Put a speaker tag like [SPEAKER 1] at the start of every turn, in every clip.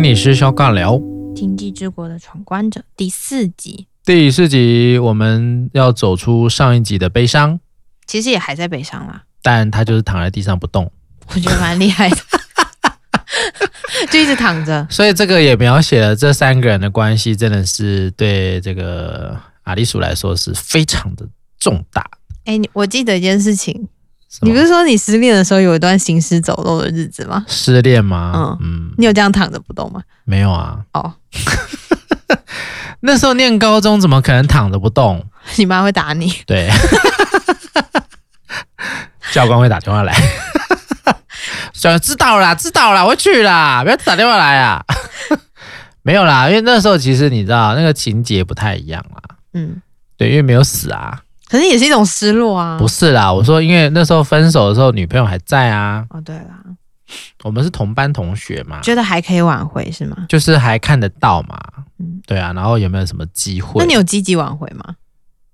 [SPEAKER 1] 理师肖尬聊
[SPEAKER 2] 经济之国的闯关者第四集，
[SPEAKER 1] 第四集，我们要走出上一集的悲伤，
[SPEAKER 2] 其实也还在北上啦，
[SPEAKER 1] 但他就是躺在地上不动，
[SPEAKER 2] 我觉得蛮厉害的， 就一直躺着。
[SPEAKER 1] 所以这个也描写了这三个人的关系真的是对这个阿丽鼠来说是非常的重大。
[SPEAKER 2] 哎、你我记得一件事情，
[SPEAKER 1] 是
[SPEAKER 2] 你
[SPEAKER 1] 吗
[SPEAKER 2] 不是说你失恋的时候有一段行尸走肉的日子吗？
[SPEAKER 1] 失恋吗？嗯
[SPEAKER 2] 你有这样躺着不动吗？
[SPEAKER 1] 没有啊。
[SPEAKER 2] 哦，
[SPEAKER 1] 那时候念高中怎么可能躺着不动？
[SPEAKER 2] 你妈会打你。
[SPEAKER 1] 对， 教官会打电话来。 小知道啦，知道啦，我去啦，不要打电话来啊。 没有啦，因为那时候其实你知道那个情节不太一样啦。
[SPEAKER 2] 嗯，
[SPEAKER 1] 对，因为没有死啊，
[SPEAKER 2] 可是也是一种失落啊。
[SPEAKER 1] 不是啦，我说因为那时候分手的时候女朋友还在啊，
[SPEAKER 2] 哦，对啦，
[SPEAKER 1] 我们是同班同学嘛，
[SPEAKER 2] 觉得还可以挽回是吗？
[SPEAKER 1] 就是还看得到嘛
[SPEAKER 2] 嗯。
[SPEAKER 1] 对啊，然后有没有什么机会？
[SPEAKER 2] 那你有积极挽回吗？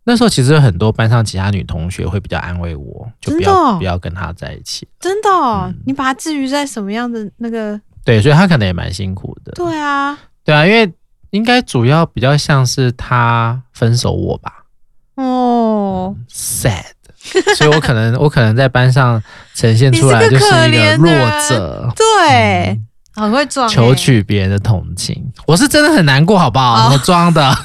[SPEAKER 1] 那时候其实有很多班上其他女同学会比较安慰我，就不
[SPEAKER 2] 真的
[SPEAKER 1] 要
[SPEAKER 2] 哦
[SPEAKER 1] 不要跟她在一起。
[SPEAKER 2] 真的哦、
[SPEAKER 1] 嗯
[SPEAKER 2] 你把它置于在什么样的那个？
[SPEAKER 1] 对，所以她可能也蛮辛苦的。
[SPEAKER 2] 对啊，
[SPEAKER 1] 对啊，因为应该主要比较像是她分手我吧
[SPEAKER 2] 哦，
[SPEAKER 1] ，sad，所以我可能我可能在班上呈现出来
[SPEAKER 2] 你
[SPEAKER 1] 就是
[SPEAKER 2] 个
[SPEAKER 1] 是一
[SPEAKER 2] 可
[SPEAKER 1] 个
[SPEAKER 2] 怜的
[SPEAKER 1] 弱
[SPEAKER 2] 人
[SPEAKER 1] 者，
[SPEAKER 2] 对，很会装、
[SPEAKER 1] 嗯
[SPEAKER 2] 欸，
[SPEAKER 1] 求取别人的同情。我是真的很难过，好不好？
[SPEAKER 2] 哦
[SPEAKER 1] 我装的。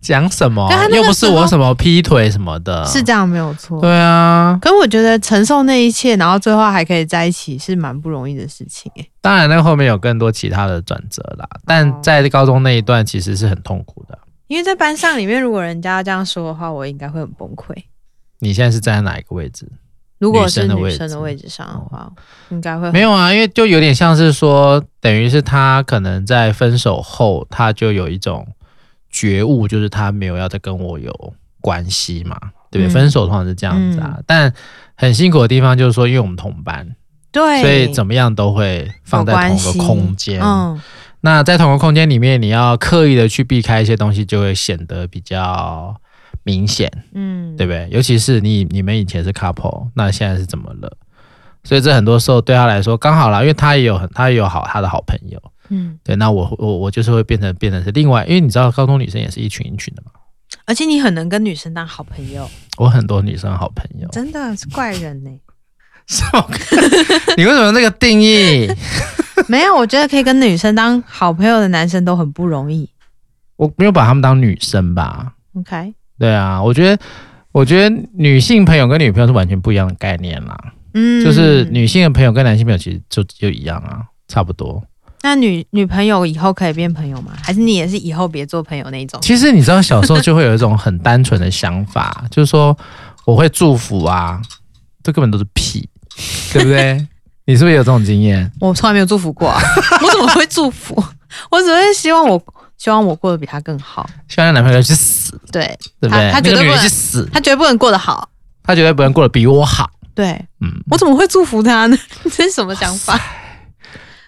[SPEAKER 1] 讲什么
[SPEAKER 2] 可他那？个
[SPEAKER 1] 又不是
[SPEAKER 2] 时候
[SPEAKER 1] 我什么劈腿什么的，
[SPEAKER 2] 是这样没有错。
[SPEAKER 1] 嗯对啊，
[SPEAKER 2] 可我觉得承受那一切，然后最后还可以在一起，是蛮不容易的事情、欸。
[SPEAKER 1] 当然，那后面有更多其他的转折啦。
[SPEAKER 2] 哦
[SPEAKER 1] 但在高中那一段其实是很痛苦的。
[SPEAKER 2] 因为在班上里面，如果人家这样说的话，我应该会很崩溃。
[SPEAKER 1] 你现在是站在哪一个位置？
[SPEAKER 2] 如果是
[SPEAKER 1] 女生的
[SPEAKER 2] 女
[SPEAKER 1] 位置哦
[SPEAKER 2] 生的位置上的话，应该会
[SPEAKER 1] 没有啊，因为就有点像是说，等于是他可能在分手后，他就有一种觉悟，就是他没有要再跟我有关系嘛，对不对？
[SPEAKER 2] 嗯
[SPEAKER 1] 分手通常是这样子啊。但很辛苦的地方就是说，因为我们同班，
[SPEAKER 2] 对，
[SPEAKER 1] 所以怎么样都会放在同一个空间。
[SPEAKER 2] 嗯，
[SPEAKER 1] 那在同一个空间里面，你要刻意的去避开一些东西，就会显得比较明显。
[SPEAKER 2] 嗯，
[SPEAKER 1] 对不对？尤其是你你们以前是 couple，那现在是怎么了？所以这很多时候对他来说刚好啦，因为他也有很他也有好他的好朋友，
[SPEAKER 2] 嗯，
[SPEAKER 1] 对，那我我我就是会变成变成是另外，因为你知道高中女生也是一群一群的嘛，
[SPEAKER 2] 而且你很能跟女生当好朋友，
[SPEAKER 1] 我很多女生好朋友，
[SPEAKER 2] 真的是怪人欸呢、
[SPEAKER 1] 什么？ 你为什么有那个定义？
[SPEAKER 2] 没有，我觉得可以跟女生当好朋友的男生都很不容易。
[SPEAKER 1] 我没有把他们当女生吧？
[SPEAKER 2] OK，
[SPEAKER 1] 对啊，我觉得我觉得女性朋友跟女朋友是完全不一样的概念啦，
[SPEAKER 2] 嗯，
[SPEAKER 1] 就是女性的朋友跟男性朋友其实就就一样啊，差不多。
[SPEAKER 2] 那女女朋友以后可以变朋友吗？还是你也是以后别做朋友那一种？
[SPEAKER 1] 其实你知道，小时候就会有一种很单纯的想法， 就是说我会祝福啊，这根本都是 屁，对不对？你是不是有这种经验？
[SPEAKER 2] 我从来没有祝福过、 啊，我怎么会祝福？我只会希望我希望我过得比他更好。
[SPEAKER 1] 希望她男朋友去死，
[SPEAKER 2] 对
[SPEAKER 1] 对不对？
[SPEAKER 2] 他他
[SPEAKER 1] 那
[SPEAKER 2] 绝
[SPEAKER 1] 个
[SPEAKER 2] 对
[SPEAKER 1] 女
[SPEAKER 2] 不
[SPEAKER 1] 人
[SPEAKER 2] 能
[SPEAKER 1] 去死，
[SPEAKER 2] 他绝对不能过得好。
[SPEAKER 1] 他绝对不能过得比我好。
[SPEAKER 2] 对
[SPEAKER 1] 嗯，
[SPEAKER 2] 我怎么会祝福他呢？ 这是什么想法？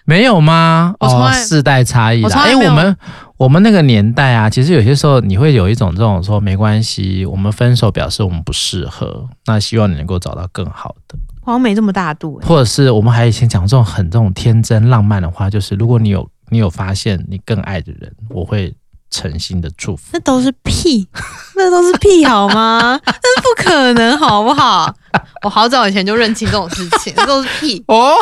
[SPEAKER 1] 没有吗？
[SPEAKER 2] 我从
[SPEAKER 1] 哦，
[SPEAKER 2] 来
[SPEAKER 1] 世代差异
[SPEAKER 2] 我
[SPEAKER 1] 啦。
[SPEAKER 2] 从来
[SPEAKER 1] 哎，
[SPEAKER 2] 没有
[SPEAKER 1] 我们我们那个年代啊，其实有些时候你会有一种这种说没关系，我们分手表示我们不适合，那希望你能够找到更好的。
[SPEAKER 2] 我好像没这么大度、欸。
[SPEAKER 1] 或者是我们还以前讲这种很这种天真浪漫的话，就是如果你有你有发现你更爱的人，我会诚心的祝福。
[SPEAKER 2] 那都是屁，那都是屁好吗？那是不可能好不好？我好早以前就认清这种事情，这都是屁。
[SPEAKER 1] 哦，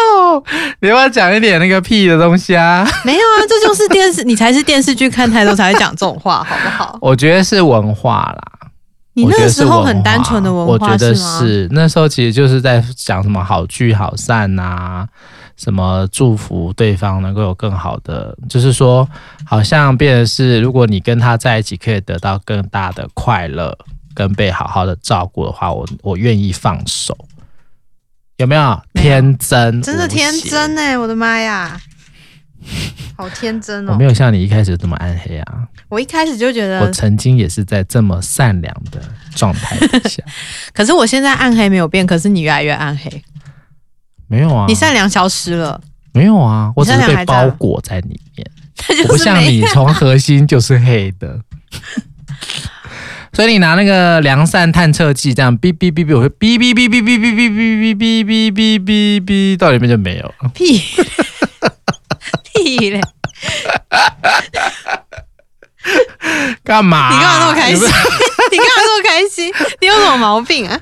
[SPEAKER 1] 你要不要讲一点那个屁的东西啊？
[SPEAKER 2] 没有啊，这就是电视，你才是电视剧看太多才会讲这种话，好不好？
[SPEAKER 1] 我觉得是文化啦。
[SPEAKER 2] 你
[SPEAKER 1] 我
[SPEAKER 2] 那
[SPEAKER 1] 觉
[SPEAKER 2] 个
[SPEAKER 1] 得
[SPEAKER 2] 时
[SPEAKER 1] 是
[SPEAKER 2] 候
[SPEAKER 1] 文
[SPEAKER 2] 很
[SPEAKER 1] 化
[SPEAKER 2] 单纯的文
[SPEAKER 1] 我
[SPEAKER 2] 化
[SPEAKER 1] 觉得
[SPEAKER 2] 吗？
[SPEAKER 1] 是那时候其实就是在讲什么好聚好散啊，什么祝福对方能够有更好的，就是说好像变得是，如果你跟他在一起可以得到更大的快乐跟被好好的照顾的话，我我愿意放手，有没有？
[SPEAKER 2] 没有
[SPEAKER 1] 天真，哦
[SPEAKER 2] 真的
[SPEAKER 1] 无邪
[SPEAKER 2] 天真，呢、我的妈 呀，好天真
[SPEAKER 1] 我
[SPEAKER 2] 哦！
[SPEAKER 1] 没有像你一开始这么暗黑啊，
[SPEAKER 2] 我一开始就觉
[SPEAKER 1] 我
[SPEAKER 2] 得，
[SPEAKER 1] 曾经也是在这么善良的状态底 下，
[SPEAKER 2] 可是我现在暗黑没有变，可是你越来越暗黑，
[SPEAKER 1] 没有啊，
[SPEAKER 2] 你善良消失了，
[SPEAKER 1] 没有啊，我只是
[SPEAKER 2] 善良
[SPEAKER 1] 被
[SPEAKER 2] 还在
[SPEAKER 1] 包
[SPEAKER 2] 啊
[SPEAKER 1] 裹在里 面，
[SPEAKER 2] 他
[SPEAKER 1] 我不
[SPEAKER 2] 就是
[SPEAKER 1] 像
[SPEAKER 2] 没啊
[SPEAKER 1] 你从核心就是黑的。所以你拿那个良善探测器这样哔哔哔哔，我会 哔哔哔哔哔哔哔哔哔哔哔哔哔哔，到里面就没有了。
[SPEAKER 2] 屁。屁嘞！你
[SPEAKER 1] 干嘛、
[SPEAKER 2] 干嘛那么开
[SPEAKER 1] 有
[SPEAKER 2] 心？
[SPEAKER 1] 没有
[SPEAKER 2] 你干嘛那么开心？你有什么毛病啊？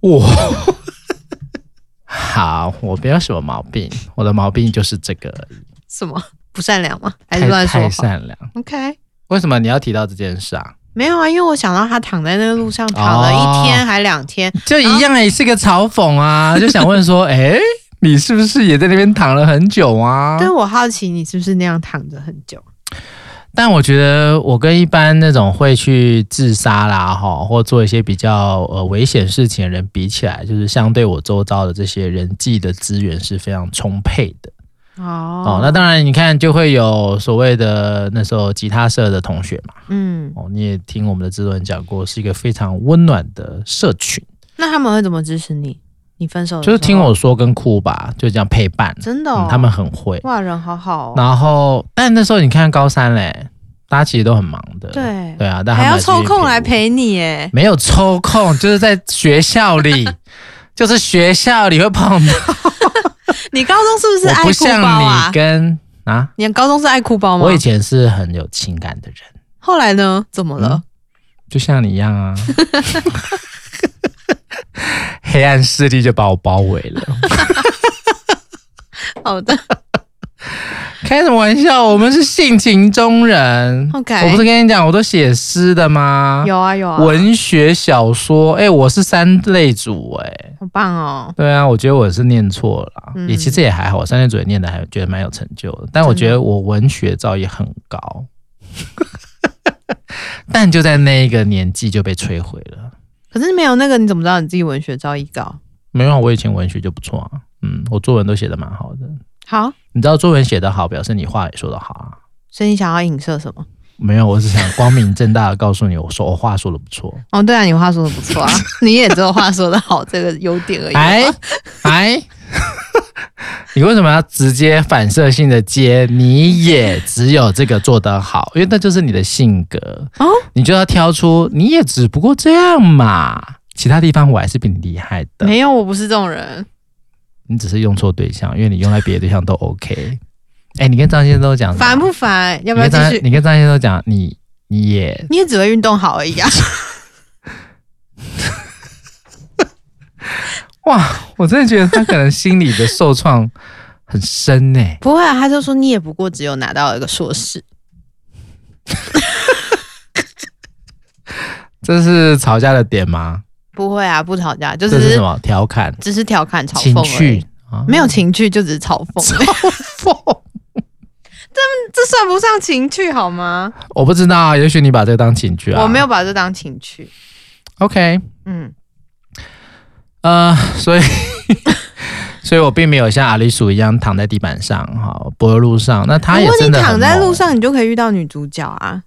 [SPEAKER 1] 我 好，我没有什么毛病，我的毛病就是这个而已，
[SPEAKER 2] 什么不善良吗？还是
[SPEAKER 1] 太
[SPEAKER 2] 乱说
[SPEAKER 1] 太
[SPEAKER 2] 话
[SPEAKER 1] 善良。
[SPEAKER 2] ？OK，
[SPEAKER 1] 为什么你要提到这件事啊？
[SPEAKER 2] 没有啊，因为我想到他躺在那个路上躺了
[SPEAKER 1] 哦
[SPEAKER 2] 一天还两天，
[SPEAKER 1] 就一样也是个嘲讽啊，就想问 说，哎、你是不是也在那边躺了很久啊？
[SPEAKER 2] 但我好奇你是不是那样躺着很久？
[SPEAKER 1] 但我觉得我跟一般那种会去自杀啦，哈，或做一些比较呃危险事情的人比起来，就是相对我周遭的这些人际的资源是非常充沛的。哦
[SPEAKER 2] 哦，
[SPEAKER 1] 那当然，你看就会有所谓的那时候吉他社的同学嘛，
[SPEAKER 2] 嗯，
[SPEAKER 1] 哦，你也听我们的制作人讲过，是一个非常温暖的社群，
[SPEAKER 2] 那他们会怎么支持你？你分手的
[SPEAKER 1] 就是
[SPEAKER 2] 时候
[SPEAKER 1] 听我说跟哭吧，就这样陪伴，
[SPEAKER 2] 真的、哦
[SPEAKER 1] 嗯，他们很会。
[SPEAKER 2] 哇，人好好、哦，
[SPEAKER 1] 然后，但那时候你看高三嘞，大家其实都很忙的，
[SPEAKER 2] 对
[SPEAKER 1] 对啊，但他们
[SPEAKER 2] 还要
[SPEAKER 1] 是
[SPEAKER 2] 抽空
[SPEAKER 1] 我
[SPEAKER 2] 来，陪你哎。
[SPEAKER 1] 没有抽空，就是在学校 里，就是学校里会碰到，
[SPEAKER 2] 你高中是不是
[SPEAKER 1] 我
[SPEAKER 2] 爱
[SPEAKER 1] 不
[SPEAKER 2] 哭
[SPEAKER 1] 像
[SPEAKER 2] 包
[SPEAKER 1] 你
[SPEAKER 2] 啊？
[SPEAKER 1] 跟啊，
[SPEAKER 2] 你高中是爱哭包吗？
[SPEAKER 1] 我以前是很有情感的人，
[SPEAKER 2] 后来呢？怎么了？
[SPEAKER 1] 就像你一样啊， 黑暗势力就把我包围 了，嗯
[SPEAKER 2] 好的
[SPEAKER 1] 开什么玩笑，我们是性情中人。
[SPEAKER 2] ，OK。
[SPEAKER 1] 我不是跟你讲，我都写诗的吗？
[SPEAKER 2] 有啊有啊，
[SPEAKER 1] 文学小说，哎、我是三类组、哎，
[SPEAKER 2] 好棒哦。
[SPEAKER 1] 对啊，我觉得我是念错了啦，
[SPEAKER 2] 嗯
[SPEAKER 1] 也其实也还好，我三类组也念的还觉得蛮有成就的，但我觉得我文学造诣很高， 但就在那一个年纪就被摧毁了。
[SPEAKER 2] 可是没有那个，你怎么知道你自己文学造诣高？
[SPEAKER 1] 没有啊，我以前文学就不错啊，嗯，我作文都写的蛮好的。
[SPEAKER 2] 好，
[SPEAKER 1] 你知道作文写得好，表示你话也说得好啊。
[SPEAKER 2] 所以你想要影射什么？
[SPEAKER 1] 没有，我只想光明正大的告诉你，我说我话说的不错。
[SPEAKER 2] 哦，对啊，你话说的不 错啊，你也只有话说的好这个优点而已。
[SPEAKER 1] 哎
[SPEAKER 2] 好吧
[SPEAKER 1] 哎，你为什么要直接反射性的接？你也只有这个做得好，因为那就是你的性格，
[SPEAKER 2] 哦，
[SPEAKER 1] 你就要挑出你也只不过这样嘛。其他地方我还是比你厉害的，
[SPEAKER 2] 没有，我不是这种人。
[SPEAKER 1] 你只是用错对象，因为你用在别的对象都 OK。哎，你跟张先生讲什么
[SPEAKER 2] 烦不烦？
[SPEAKER 1] 你
[SPEAKER 2] 要不要
[SPEAKER 1] 跟
[SPEAKER 2] 继
[SPEAKER 1] 张
[SPEAKER 2] 续？
[SPEAKER 1] 你跟张先生讲，你你也
[SPEAKER 2] 你也只会运动好而已啊。
[SPEAKER 1] 哇，我真的觉得他可能心里的受创很深欸呢、
[SPEAKER 2] 不会啊，他就说你也不过只有拿到一个硕士。
[SPEAKER 1] 这是吵架的点吗？
[SPEAKER 2] 不会啊，不吵架，就
[SPEAKER 1] 这
[SPEAKER 2] 只
[SPEAKER 1] 是什
[SPEAKER 2] 是
[SPEAKER 1] 么调侃？
[SPEAKER 2] 只是调侃嘲讽
[SPEAKER 1] 情
[SPEAKER 2] 而已
[SPEAKER 1] 绪，啊
[SPEAKER 2] 没有情趣，就只是嘲讽。
[SPEAKER 1] 讽，
[SPEAKER 2] 这算不上情趣好吗？
[SPEAKER 1] 我不知道啊，也许你把这个当情绪啊。
[SPEAKER 2] 我没有把这当情趣。
[SPEAKER 1] OK，
[SPEAKER 2] 嗯，
[SPEAKER 1] 呃， 所以所以我并没有像阿里鼠一样躺在地板上哈，柏油路上。那他
[SPEAKER 2] 如
[SPEAKER 1] 也
[SPEAKER 2] 果你
[SPEAKER 1] 真的
[SPEAKER 2] 躺
[SPEAKER 1] 很
[SPEAKER 2] 在
[SPEAKER 1] 猛
[SPEAKER 2] 路，上，你就可以遇到女主角啊。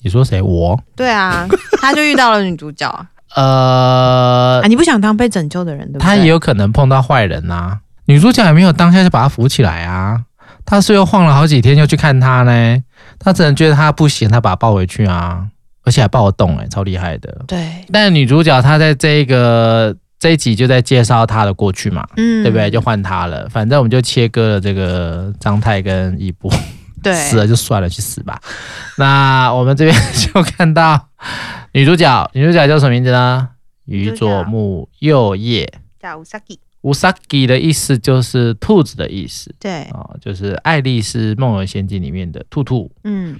[SPEAKER 1] 你说谁？我
[SPEAKER 2] 对 啊，他就遇到了女主角啊。
[SPEAKER 1] 呃
[SPEAKER 2] 啊，，你不想当被拯救的人，对不对？
[SPEAKER 1] 他也有可能碰到坏人呐、女主角也没有当下就把他扶起来啊，他是又晃了好几天又去看他呢，他只能觉得他不行，他把他抱回去啊，而且还抱得动哎、超厉害的。
[SPEAKER 2] 对，
[SPEAKER 1] 但女主角她在这个这一集就在介绍她的过去嘛，
[SPEAKER 2] 嗯，
[SPEAKER 1] 对不对？就换她了，反正我们就切割了这个张泰跟一博，
[SPEAKER 2] 对，
[SPEAKER 1] 死了就算了，去死吧。那我们这边就看到女主角，女主角叫什么名字呢？宇
[SPEAKER 2] 女主角
[SPEAKER 1] 佐木右叶。
[SPEAKER 2] 叫 Usagi。
[SPEAKER 1] Usagi 的意思就是兔子的意思
[SPEAKER 2] 对，
[SPEAKER 1] 啊、哦就是《爱丽丝梦游仙境》里面的兔兔。
[SPEAKER 2] 嗯，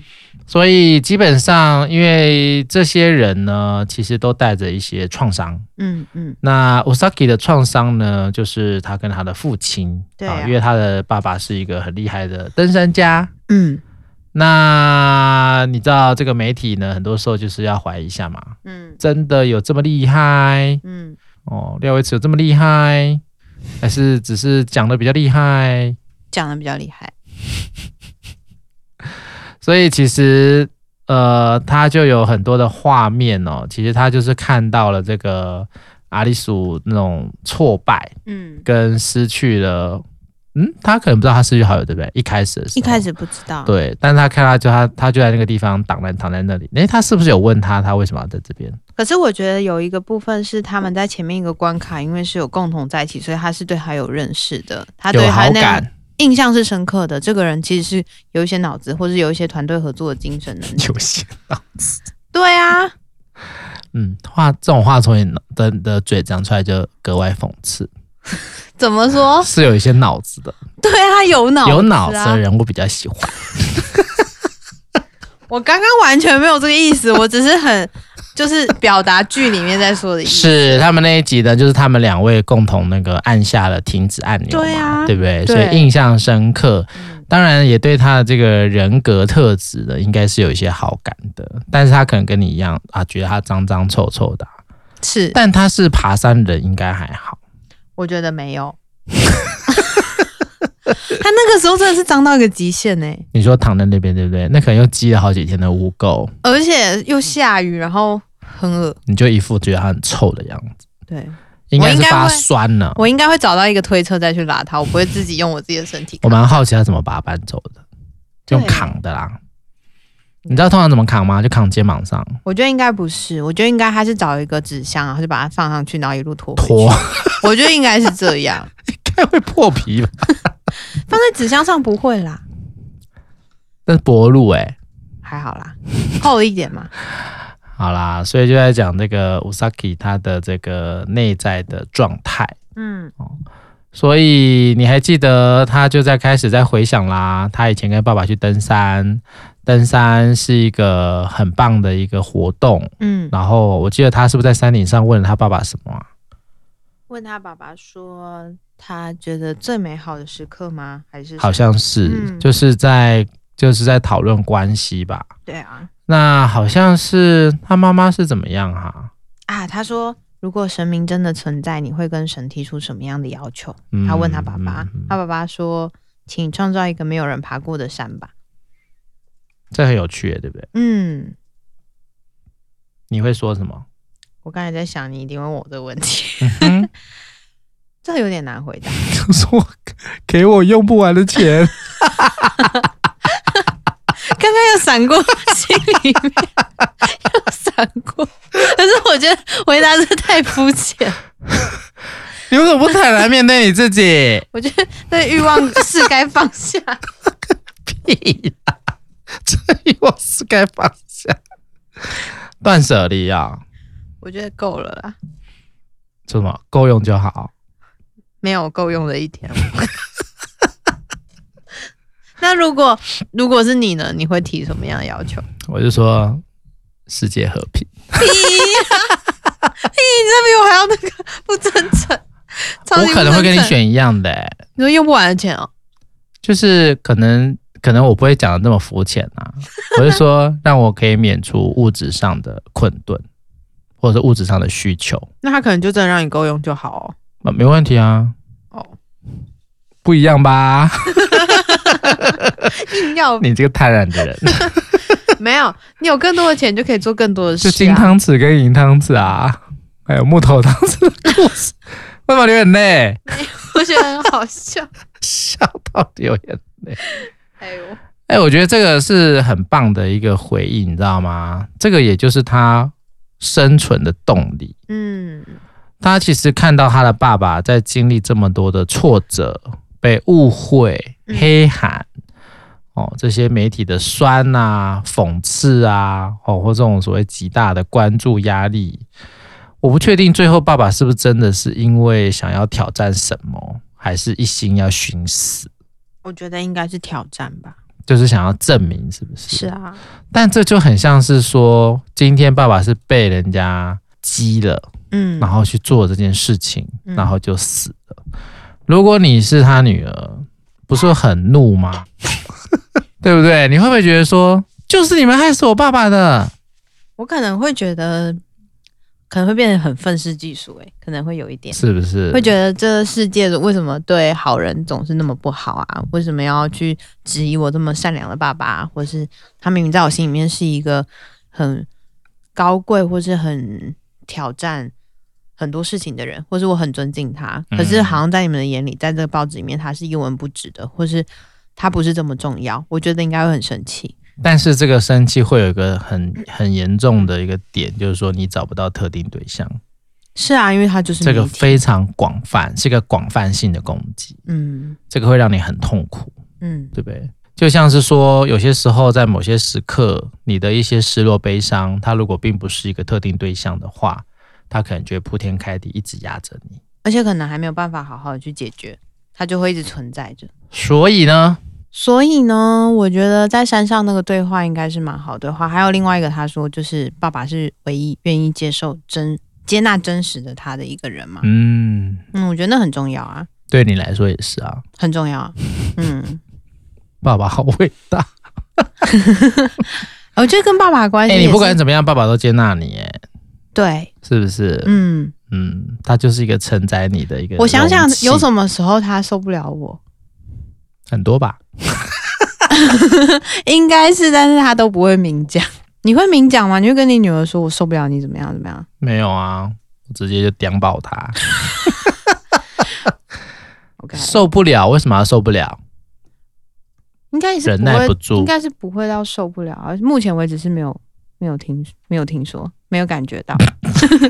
[SPEAKER 1] 所以基本上，因为这些人呢，其实都带着一些创伤。
[SPEAKER 2] 嗯嗯，
[SPEAKER 1] 那 Usagi 的创伤呢，就是他跟他的父亲，
[SPEAKER 2] 对啊
[SPEAKER 1] 因为他的爸爸是一个很厉害的登山家。
[SPEAKER 2] 嗯
[SPEAKER 1] 那你知道这个媒体呢，很多时候就是要怀疑一下嘛，
[SPEAKER 2] 嗯
[SPEAKER 1] 真的有这么厉害
[SPEAKER 2] 嗯，
[SPEAKER 1] 哦？廖维慈有这么厉害，还是只是讲的比较厉害？
[SPEAKER 2] 讲的比较厉害。
[SPEAKER 1] 所以其实呃，他就有很多的画面哦，其实他就是看到了这个阿里鼠那种挫败
[SPEAKER 2] 嗯，
[SPEAKER 1] 跟失去了，嗯，他可能不知道他失去好友对不对？一开始的时候
[SPEAKER 2] 一开。始不知道。
[SPEAKER 1] 哦对，但是他看他就他他就在那个地方挡在躺在那里，诶，他是不是有问他他为什么要在这边？
[SPEAKER 2] 可是我觉得有一个部分是他们在啊前面一个关卡，因为是有共同在一起，所以他是对他有认识的，他对
[SPEAKER 1] 有
[SPEAKER 2] 他
[SPEAKER 1] 好
[SPEAKER 2] 那样
[SPEAKER 1] 感，
[SPEAKER 2] 印象是深刻的。这个人其实是有一些脑子，或是有一些团队合作的精神能力。
[SPEAKER 1] 有些
[SPEAKER 2] 对啊，
[SPEAKER 1] 嗯话这种话从你的的嘴讲出来就格外讽刺，
[SPEAKER 2] 怎么说？
[SPEAKER 1] 是有一些脑子的，
[SPEAKER 2] 对啊，有哦脑、
[SPEAKER 1] 有脑子的。人我比较喜欢。
[SPEAKER 2] 我刚刚完全没有这个意思，我只是很就是表达剧里面在说的意思。
[SPEAKER 1] 是他们那一集呢，就是他们两位共同那个按下了停止按钮嘛，
[SPEAKER 2] 对啊
[SPEAKER 1] 对不对？
[SPEAKER 2] 对
[SPEAKER 1] 所以印象深刻，
[SPEAKER 2] 嗯
[SPEAKER 1] 当然也对他的这个人格特质呢，应该是有一些好感的。但是他可能跟你一样啊，觉得他脏脏臭臭的啊、
[SPEAKER 2] 是，
[SPEAKER 1] 但他是爬山人，应该还好。
[SPEAKER 2] 我觉得没有。 他那个时候真的是脏到一个极限呢、欸
[SPEAKER 1] 你说躺在那边对不对？那可能又积了好几天的污垢，
[SPEAKER 2] 而且又下雨，然后很恶。
[SPEAKER 1] 你就一副觉得他很臭的样子，
[SPEAKER 2] 对
[SPEAKER 1] 应该
[SPEAKER 2] 应
[SPEAKER 1] 是
[SPEAKER 2] 该
[SPEAKER 1] 发
[SPEAKER 2] 会
[SPEAKER 1] 酸了。
[SPEAKER 2] 我应该会找到一个推车再去拉他，我不会自己用我自己的身体
[SPEAKER 1] 我
[SPEAKER 2] 扛。
[SPEAKER 1] 蛮好奇他怎么把它搬走的，
[SPEAKER 2] 对
[SPEAKER 1] 用扛的啦。你知道通常怎么扛吗？就扛肩膀上
[SPEAKER 2] 我觉得应该不是，我觉得应该他是找一个纸箱，然后就把它放上去，然后一路拖回去。
[SPEAKER 1] 拖，
[SPEAKER 2] 我觉得应该是这样，
[SPEAKER 1] 该会破皮吧？
[SPEAKER 2] 放在纸箱上不会啦，
[SPEAKER 1] 那是柏路哎、
[SPEAKER 2] 还好啦，厚一点嘛。
[SPEAKER 1] 好啦，所以就在讲这个 Usaki 他的这个内在的状态。
[SPEAKER 2] 嗯，
[SPEAKER 1] 所以你还记得他就在开始在回想啦，他以前跟爸爸去登山，登山是一个很棒的一个活动。
[SPEAKER 2] 嗯，
[SPEAKER 1] 然后我记得他是不是在山顶上问了他爸爸什么、啊？
[SPEAKER 2] 问他爸爸说，他觉得最美好的时刻吗？还是
[SPEAKER 1] 好像是，
[SPEAKER 2] 嗯
[SPEAKER 1] 就是在就是在讨论关系吧。
[SPEAKER 2] 对啊
[SPEAKER 1] 那好像是他妈妈是怎么样哈、
[SPEAKER 2] 啊，他说如果神明真的存在，你会跟神提出什么样的要求？
[SPEAKER 1] 嗯
[SPEAKER 2] 他问他爸爸，
[SPEAKER 1] 嗯
[SPEAKER 2] 他爸爸说，请创造一个没有人爬过的山吧。
[SPEAKER 1] 这很有趣耶，对不对？
[SPEAKER 2] 嗯，
[SPEAKER 1] 你会说什么？
[SPEAKER 2] 我刚才在想，你一定问我这个问题，
[SPEAKER 1] 嗯哼，
[SPEAKER 2] 这有点难回答。
[SPEAKER 1] 就 说给我用不完的钱。
[SPEAKER 2] 刚刚有闪过心里面，有闪过，可是我觉得回答这太肤浅。
[SPEAKER 1] 你为什么不坦然面 对你自己？
[SPEAKER 2] 我觉得对欲望是该放下。
[SPEAKER 1] 屁啦！这我是该放下。断舍离啊，
[SPEAKER 2] 我觉得够了啦，
[SPEAKER 1] 说什么够用就好。
[SPEAKER 2] 没有够用的一天。 那如果如果是你呢？你会提什么样的要求？
[SPEAKER 1] 我就说世界和平。
[SPEAKER 2] 屁呀、屁！你这比我还要那个不真诚，超
[SPEAKER 1] 我
[SPEAKER 2] 级不真诚
[SPEAKER 1] 可能会跟你，选一样的欸、
[SPEAKER 2] 你说用不完的钱哦。
[SPEAKER 1] 就是可能可能我不会讲的那么肤浅啊，我就说让我可以免除物质上的困顿，或者是物质上的需求，
[SPEAKER 2] 那他可能就真的让你够用就好
[SPEAKER 1] 啊、没问题啊，
[SPEAKER 2] 哦。哦，
[SPEAKER 1] 不一样吧？
[SPEAKER 2] 硬要
[SPEAKER 1] 你这个贪婪的人，
[SPEAKER 2] 没有，你有更多的钱就可以做更多的事、
[SPEAKER 1] 就
[SPEAKER 2] 啊。
[SPEAKER 1] 金汤匙跟银汤匙啊，还有木头汤匙的故事，为什么流眼泪？
[SPEAKER 2] 我觉得很好笑。
[SPEAKER 1] 笑到流眼。
[SPEAKER 2] 哎呦，
[SPEAKER 1] 哎、我觉得这个是很棒的一个回应，你知道吗？这个也就是他生存的动力。
[SPEAKER 2] 嗯，
[SPEAKER 1] 他其实看到他的爸爸在经历这么多的挫折、被误会、
[SPEAKER 2] 嗯
[SPEAKER 1] 黑喊，哦，这些媒体的酸啊、讽刺啊，哦，或这种所谓极大的关注压力，我不确定最后爸爸是不是真的是因为想要挑战什么，还是一心要寻死，
[SPEAKER 2] 我觉得应该是挑战吧。
[SPEAKER 1] 就是想要证明是不是？
[SPEAKER 2] 是。啊，
[SPEAKER 1] 但这就很像是说，今天爸爸是被人家激了。
[SPEAKER 2] 嗯，
[SPEAKER 1] 然后去做这件事情，
[SPEAKER 2] 嗯
[SPEAKER 1] 然后就死了。如果你是他女儿，不是会很怒 吗？对不对？你会不会觉得说，就是你们害死我爸爸的？
[SPEAKER 2] 我可能会觉得，可能会变得很愤世嫉俗，哎，可能会有一点。
[SPEAKER 1] 是不是？
[SPEAKER 2] 会觉得这世界为什么对好人总是那么不好啊？为什么要去质疑我这么善良的爸爸、或是他明明在我心里面是一个很高贵，或是很挑战很多事情的人，或是我很尊敬他，
[SPEAKER 1] 嗯
[SPEAKER 2] 可是好像在你们的眼里，在这个报纸里面他是一文不值的，或是他不是这么重要。我觉得应该会很生气。
[SPEAKER 1] 但是这个生气会有一个很很严重的一个点，就是说你找不到特定对象。
[SPEAKER 2] 是啊，因为它就是
[SPEAKER 1] 这个
[SPEAKER 2] 谜题
[SPEAKER 1] 非常广泛，是一个广泛性的攻击，
[SPEAKER 2] 嗯
[SPEAKER 1] 这个会让你很痛苦，
[SPEAKER 2] 嗯
[SPEAKER 1] 对不对？就像是说，有些时候在某些时刻，你的一些失落、悲伤，它如果并不是一个特定对象的话，它可能就会铺天盖地一直压着你。
[SPEAKER 2] 而且可能还没有办法好好的去解决，它就会一直存在着。
[SPEAKER 1] 所以呢，
[SPEAKER 2] 所以呢，我觉得在山上那个对话应该是蛮好的对话。还有另外一个，他说就是爸爸是唯一愿意接受真接纳真实的他的一个人嘛。
[SPEAKER 1] 嗯，
[SPEAKER 2] 嗯，我觉得那很重要啊，
[SPEAKER 1] 对你来说也是啊，
[SPEAKER 2] 很重要啊。嗯，
[SPEAKER 1] 爸爸好伟 大。
[SPEAKER 2] 我觉得哦跟爸爸的关系
[SPEAKER 1] 哎、
[SPEAKER 2] 也是、
[SPEAKER 1] 你不管怎么样，爸爸都接纳你，哎，
[SPEAKER 2] 对，
[SPEAKER 1] 是不是？
[SPEAKER 2] 嗯，
[SPEAKER 1] 嗯，他就是一个承载你的一个容器。
[SPEAKER 2] 我想想有什么时候他受不了我，
[SPEAKER 1] 很多吧？
[SPEAKER 2] 应该是，但是他都不会明讲。你会明讲吗？你会跟你女儿说我受不了你怎么样怎么样？
[SPEAKER 1] 没有啊，我直接就叼爆他，
[SPEAKER 2] OK，
[SPEAKER 1] 受不了，为什么要受不了？
[SPEAKER 2] 应该也是
[SPEAKER 1] 忍
[SPEAKER 2] 不
[SPEAKER 1] 耐
[SPEAKER 2] 会
[SPEAKER 1] 不，住
[SPEAKER 2] 应，该是不会到受不了啊。目前为止是没有没有听没有听说，没有感觉 到。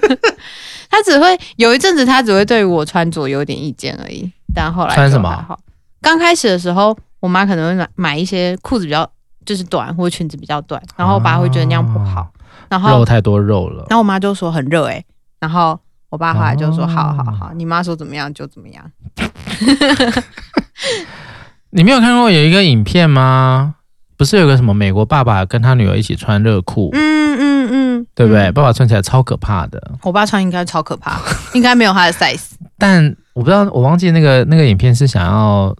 [SPEAKER 2] 他只会有一阵子，他只会对我穿着有点意见而已，但后来
[SPEAKER 1] 穿什
[SPEAKER 2] 就
[SPEAKER 1] 么啊
[SPEAKER 2] 还好？刚开始的时候，我妈可能会买买一些裤子比较就是短，或者裙子比较短，然后我爸会觉得那样不好，然后
[SPEAKER 1] 哦肉太多肉了。
[SPEAKER 2] 然后我妈就说很热哎、然后我爸后来就说、
[SPEAKER 1] 哦
[SPEAKER 2] 好好好，你妈说怎么样就怎么样。
[SPEAKER 1] 你没有看过有一个影片吗？不是有个什么美国爸爸跟他女儿一起穿热裤，
[SPEAKER 2] 嗯嗯嗯，
[SPEAKER 1] 对不对？
[SPEAKER 2] 嗯
[SPEAKER 1] 爸爸穿起来超可怕的，
[SPEAKER 2] 我爸穿应该超可怕，应该没有他的 size。
[SPEAKER 1] 但我不知道，我忘记那个那个影片是想要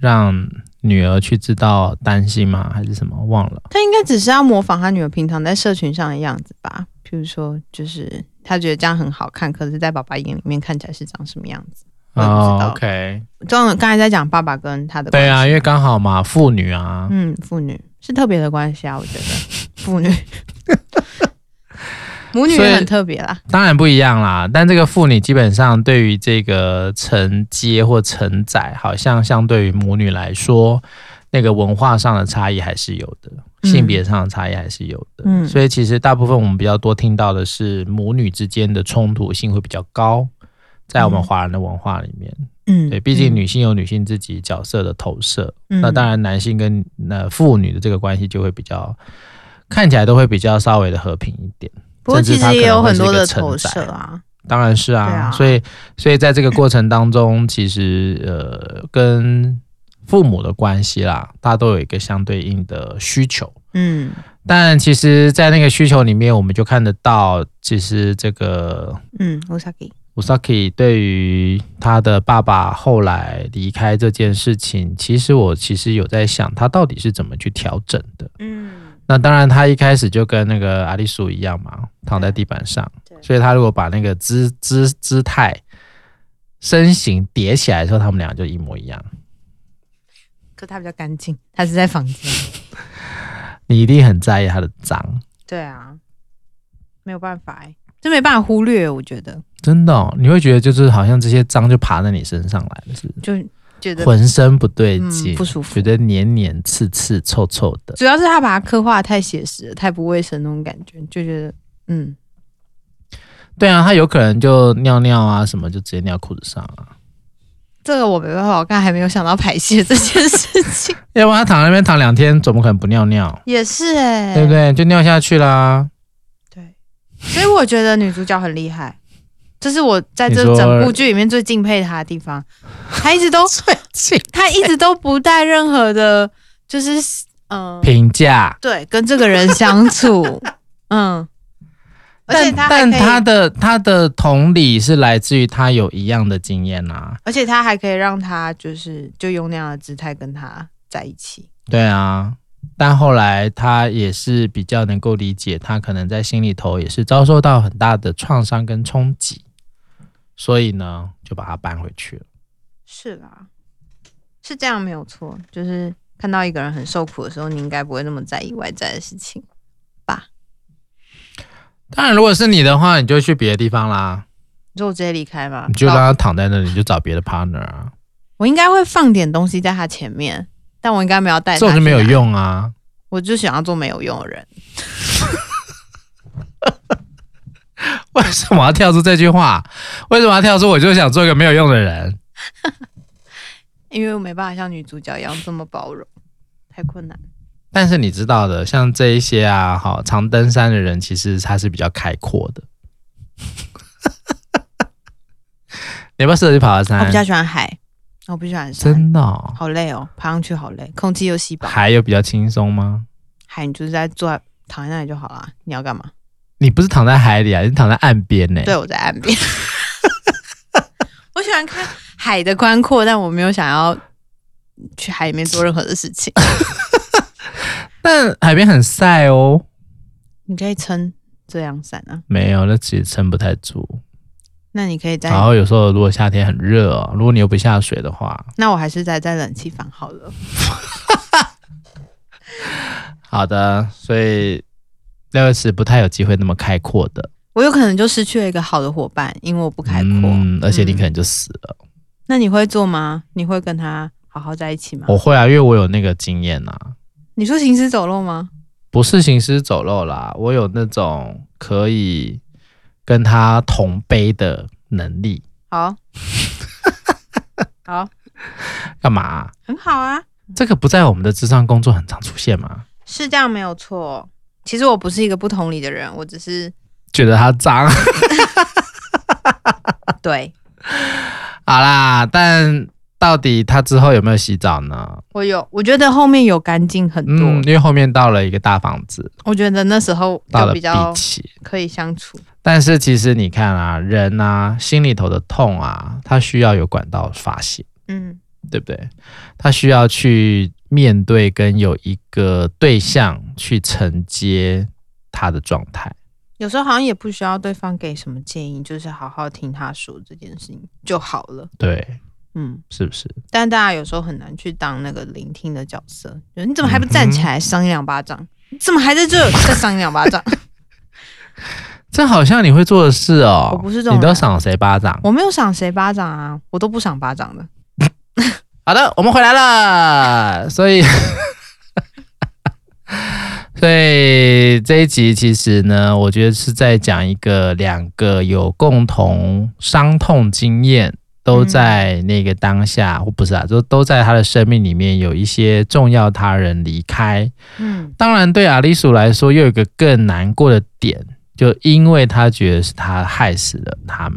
[SPEAKER 1] 让女儿去知道担心吗？还是什么？忘了。
[SPEAKER 2] 他应该只是要模仿他女儿平常在社群上的样子吧，譬如说，就是他觉得这样很好看，可是，在爸爸眼里面看起来是长什么样子。我也不知道
[SPEAKER 1] 哦、，OK，
[SPEAKER 2] 刚刚才在讲爸爸跟他的关系
[SPEAKER 1] 对啊，因为刚好嘛，妇女啊，
[SPEAKER 2] 嗯，父女是特别的关系啊，我觉得父女母女
[SPEAKER 1] 所以
[SPEAKER 2] 也很特别啦。
[SPEAKER 1] 当然不一样啦。但这个妇女基本上对于这个承接或承载，好像相对于母女来说，那个文化上的差异还是有的，
[SPEAKER 2] 嗯
[SPEAKER 1] 性别上的差异还是有的。
[SPEAKER 2] 嗯
[SPEAKER 1] 所以其实大部分我们比较多听到的是母女之间的冲突性会比较高，在我们
[SPEAKER 2] 嗯
[SPEAKER 1] 华人的文化里面。
[SPEAKER 2] 嗯，
[SPEAKER 1] 对，毕竟女性有女性自己角色的投射，
[SPEAKER 2] 嗯
[SPEAKER 1] 那当然男性跟那妇女的这个关系就会比较看起来都会比较稍微的和平一点。
[SPEAKER 2] 不过
[SPEAKER 1] 甚至
[SPEAKER 2] 其
[SPEAKER 1] 它
[SPEAKER 2] 实
[SPEAKER 1] 可
[SPEAKER 2] 也有
[SPEAKER 1] 能会
[SPEAKER 2] 很
[SPEAKER 1] 是一
[SPEAKER 2] 多
[SPEAKER 1] 个
[SPEAKER 2] 的
[SPEAKER 1] 承
[SPEAKER 2] 投
[SPEAKER 1] 载
[SPEAKER 2] 射啊，
[SPEAKER 1] 当然是啊，
[SPEAKER 2] 对啊
[SPEAKER 1] 所以所以在这个过程当中，其实呃跟父母的关系啦，大家都有一个相对应的需求。
[SPEAKER 2] 嗯
[SPEAKER 1] 但其实，在那个需求里面，我们就看得到，其实这个
[SPEAKER 2] 嗯，乌萨基，
[SPEAKER 1] Usaki 对于他的爸爸后来离开这件事情，其实我其实有在想，他到底是怎么去调整的。
[SPEAKER 2] 嗯，
[SPEAKER 1] 那当然，他一开始就跟那个阿丽苏一样嘛，躺在地板上
[SPEAKER 2] 对，
[SPEAKER 1] 所以他如果把那个姿姿姿态、身形叠起来的时候，他们俩就一模一样。
[SPEAKER 2] 可他比较干净，他是在房间。
[SPEAKER 1] 你一定很在意他的脏，
[SPEAKER 2] 对啊，没有办法哎、这没办法忽略，我觉得
[SPEAKER 1] 真的哦、你会觉得就是好像这些脏就爬在你身上来了，是不
[SPEAKER 2] 就觉
[SPEAKER 1] 是
[SPEAKER 2] 得
[SPEAKER 1] 浑身不对劲、
[SPEAKER 2] 嗯不舒服
[SPEAKER 1] 觉得黏黏、刺刺、臭臭的。
[SPEAKER 2] 主要是他把它刻画得太写实了，太不卫生那种感觉，就觉得嗯，
[SPEAKER 1] 对啊，他有可能就尿尿啊什么，就直接尿裤子上啊。
[SPEAKER 2] 这个我没办法，我刚才还没有想到排泄这件事 情，
[SPEAKER 1] 要不然他躺在那边躺两天，怎么可能不尿尿？
[SPEAKER 2] 也是哎、
[SPEAKER 1] 对不对？就尿下去啦。
[SPEAKER 2] 对，所以我觉得女主角很厉害。这是我在这
[SPEAKER 1] 你说
[SPEAKER 2] 整部剧里面最敬佩她的地方，她一直都
[SPEAKER 1] 最近
[SPEAKER 2] 她一直都不带任何的，就是嗯、呃
[SPEAKER 1] 评价，
[SPEAKER 2] 对，跟这个人相 处，嗯，而且
[SPEAKER 1] 但
[SPEAKER 2] 他
[SPEAKER 1] 但他
[SPEAKER 2] 他，
[SPEAKER 1] 的他的同理是来自于他有一样的经验啊。
[SPEAKER 2] 而且他还可以让他就是就用那样的姿态跟他在一起，
[SPEAKER 1] 对啊，但后来他也是比较能够理解，他可能在心里头也是遭受到很大的创伤跟冲击，所以呢，就把他搬回去了。
[SPEAKER 2] 是啦，是这样没有错，就是看到一个人很受苦的时候，你应该不会那么在意外在的事情，
[SPEAKER 1] 当然，如果是你的话，你就去别的地方啦。
[SPEAKER 2] 你说我直接离开吗？
[SPEAKER 1] 你就让
[SPEAKER 2] 到
[SPEAKER 1] 他躺在那里，你就找别的 partner 啊，
[SPEAKER 2] 我应该会放点东西在他前面，但我应该没有带
[SPEAKER 1] 这
[SPEAKER 2] 他，
[SPEAKER 1] 种就没有，用啊。
[SPEAKER 2] 我就想要做没有用的人，
[SPEAKER 1] 为为什么要跳出这句话？为什么要跳出？我就想做一个没有用的人。
[SPEAKER 2] 因为我没办法像女主角一样这么包容，太困难。
[SPEAKER 1] 但是你知道的，像这一些啊，好常登山的人，其实他是比较开阔的。 你要不要试着去爬爬
[SPEAKER 2] 我
[SPEAKER 1] 山
[SPEAKER 2] 比？较喜欢海，我不喜欢山，
[SPEAKER 1] 真的、哦？
[SPEAKER 2] 好累哦，爬上去好累，空气又稀薄。
[SPEAKER 1] 还有比较轻松吗？
[SPEAKER 2] 海，你就是在坐在躺在那里就好啦。你要干嘛？
[SPEAKER 1] 你不是躺在海里啊，你是躺在岸边呢、
[SPEAKER 2] 对，我在岸边。 我喜欢看海的宽阔，但我没有想要去海里面做任何的事 情。
[SPEAKER 1] 但海边很晒哦。
[SPEAKER 2] 你可以撑遮阳伞啊，
[SPEAKER 1] 没有，那其实撑不太住。
[SPEAKER 2] 那你可以在，
[SPEAKER 1] 然后有时候如果夏天很热、哦，如果你又不下水的话，
[SPEAKER 2] 那我还是待在冷气房好了。
[SPEAKER 1] 好的，所以六月是不太有机会那么开阔的，
[SPEAKER 2] 我有可能就失去了一个好的伙伴，因为我不开阔。
[SPEAKER 1] 嗯，而且你
[SPEAKER 2] 嗯
[SPEAKER 1] 可能就死了。
[SPEAKER 2] 那你会做吗？你会跟他好好在一起吗？
[SPEAKER 1] 我会啊，因为我有那个经验啊，
[SPEAKER 2] 你说行尸走肉吗？
[SPEAKER 1] 不是行尸走肉啦，我有那种可以跟他同悲的能力。
[SPEAKER 2] 好，好，
[SPEAKER 1] 干嘛、
[SPEAKER 2] 很好啊，
[SPEAKER 1] 这个不在我们的智商工作很常出现吗？
[SPEAKER 2] 是这样没有错。其实我不是一个不同理的人，我只是
[SPEAKER 1] 觉得他脏，
[SPEAKER 2] 对
[SPEAKER 1] 好啦，但到底他之后有没有洗澡呢？
[SPEAKER 2] 我有，我觉得后面有干净很多，
[SPEAKER 1] 嗯，因为后面到了一个大房子，
[SPEAKER 2] 我觉得那时候
[SPEAKER 1] 到
[SPEAKER 2] 就
[SPEAKER 1] 了
[SPEAKER 2] 比
[SPEAKER 1] 比
[SPEAKER 2] 较
[SPEAKER 1] 起，
[SPEAKER 2] 可以相处。
[SPEAKER 1] 但是其实你看啊，人啊，心里头的痛啊，他需要有管道发泄，
[SPEAKER 2] 嗯，
[SPEAKER 1] 对不对？他需要去面对跟有一个对象去承接他的状态。
[SPEAKER 2] 有时候好像也不需要对方给什么建议，就是好好听他说这件事情就好了。
[SPEAKER 1] 对，
[SPEAKER 2] 嗯，
[SPEAKER 1] 是不是？
[SPEAKER 2] 但大家有时候很难去当那个聆听的角色。就是你怎么还不站起来扇一两巴掌？你怎么还在这再扇一两巴 掌？
[SPEAKER 1] 这好像你会做的事哦。
[SPEAKER 2] 我不是这种
[SPEAKER 1] 你都
[SPEAKER 2] 人啊
[SPEAKER 1] 赏谁巴掌？
[SPEAKER 2] 我没有赏谁巴掌啊，我都不赏巴掌的。啊
[SPEAKER 1] 好的，我们回来了，所以。 所以这一集其实呢，我觉得是在讲一个两个有共同伤痛经验，都在那个当下，或不是啊，都都在他的生命里面有一些重要他人离开。
[SPEAKER 2] 嗯
[SPEAKER 1] 当然，对阿丽鼠来说，又有一个更难过的点，就因为他觉得是他害死了他们，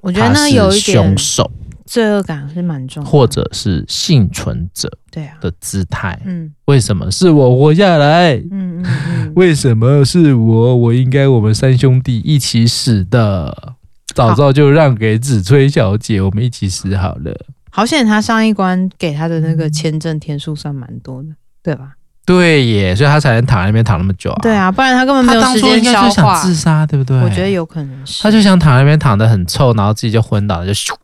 [SPEAKER 2] 我
[SPEAKER 1] 我
[SPEAKER 2] 觉得那有一点
[SPEAKER 1] 凶手
[SPEAKER 2] 罪恶感是蛮重要的，
[SPEAKER 1] 或者是幸存者
[SPEAKER 2] 对啊，
[SPEAKER 1] 的姿态。
[SPEAKER 2] 嗯
[SPEAKER 1] 为什么是我活下来？
[SPEAKER 2] 嗯嗯嗯，
[SPEAKER 1] 为什么是我？我应该我们三兄弟一起死的。早知道就让给子崔小姐，我们一起死好了。
[SPEAKER 2] 好险他上一关给他的那
[SPEAKER 1] 嗯
[SPEAKER 2] 个签证天数算蛮多的，对吧？
[SPEAKER 1] 对耶，所以他才能躺在那边躺那么久啊。
[SPEAKER 2] 对，啊，不然他根本没
[SPEAKER 1] 他
[SPEAKER 2] 有
[SPEAKER 1] 当
[SPEAKER 2] 时
[SPEAKER 1] 初应
[SPEAKER 2] 间
[SPEAKER 1] 该
[SPEAKER 2] 消
[SPEAKER 1] 就
[SPEAKER 2] 化
[SPEAKER 1] 想。自杀，对不对？
[SPEAKER 2] 我觉得有可能是，
[SPEAKER 1] 他就想躺在那边躺得很臭，然后自己就昏倒了，就咻，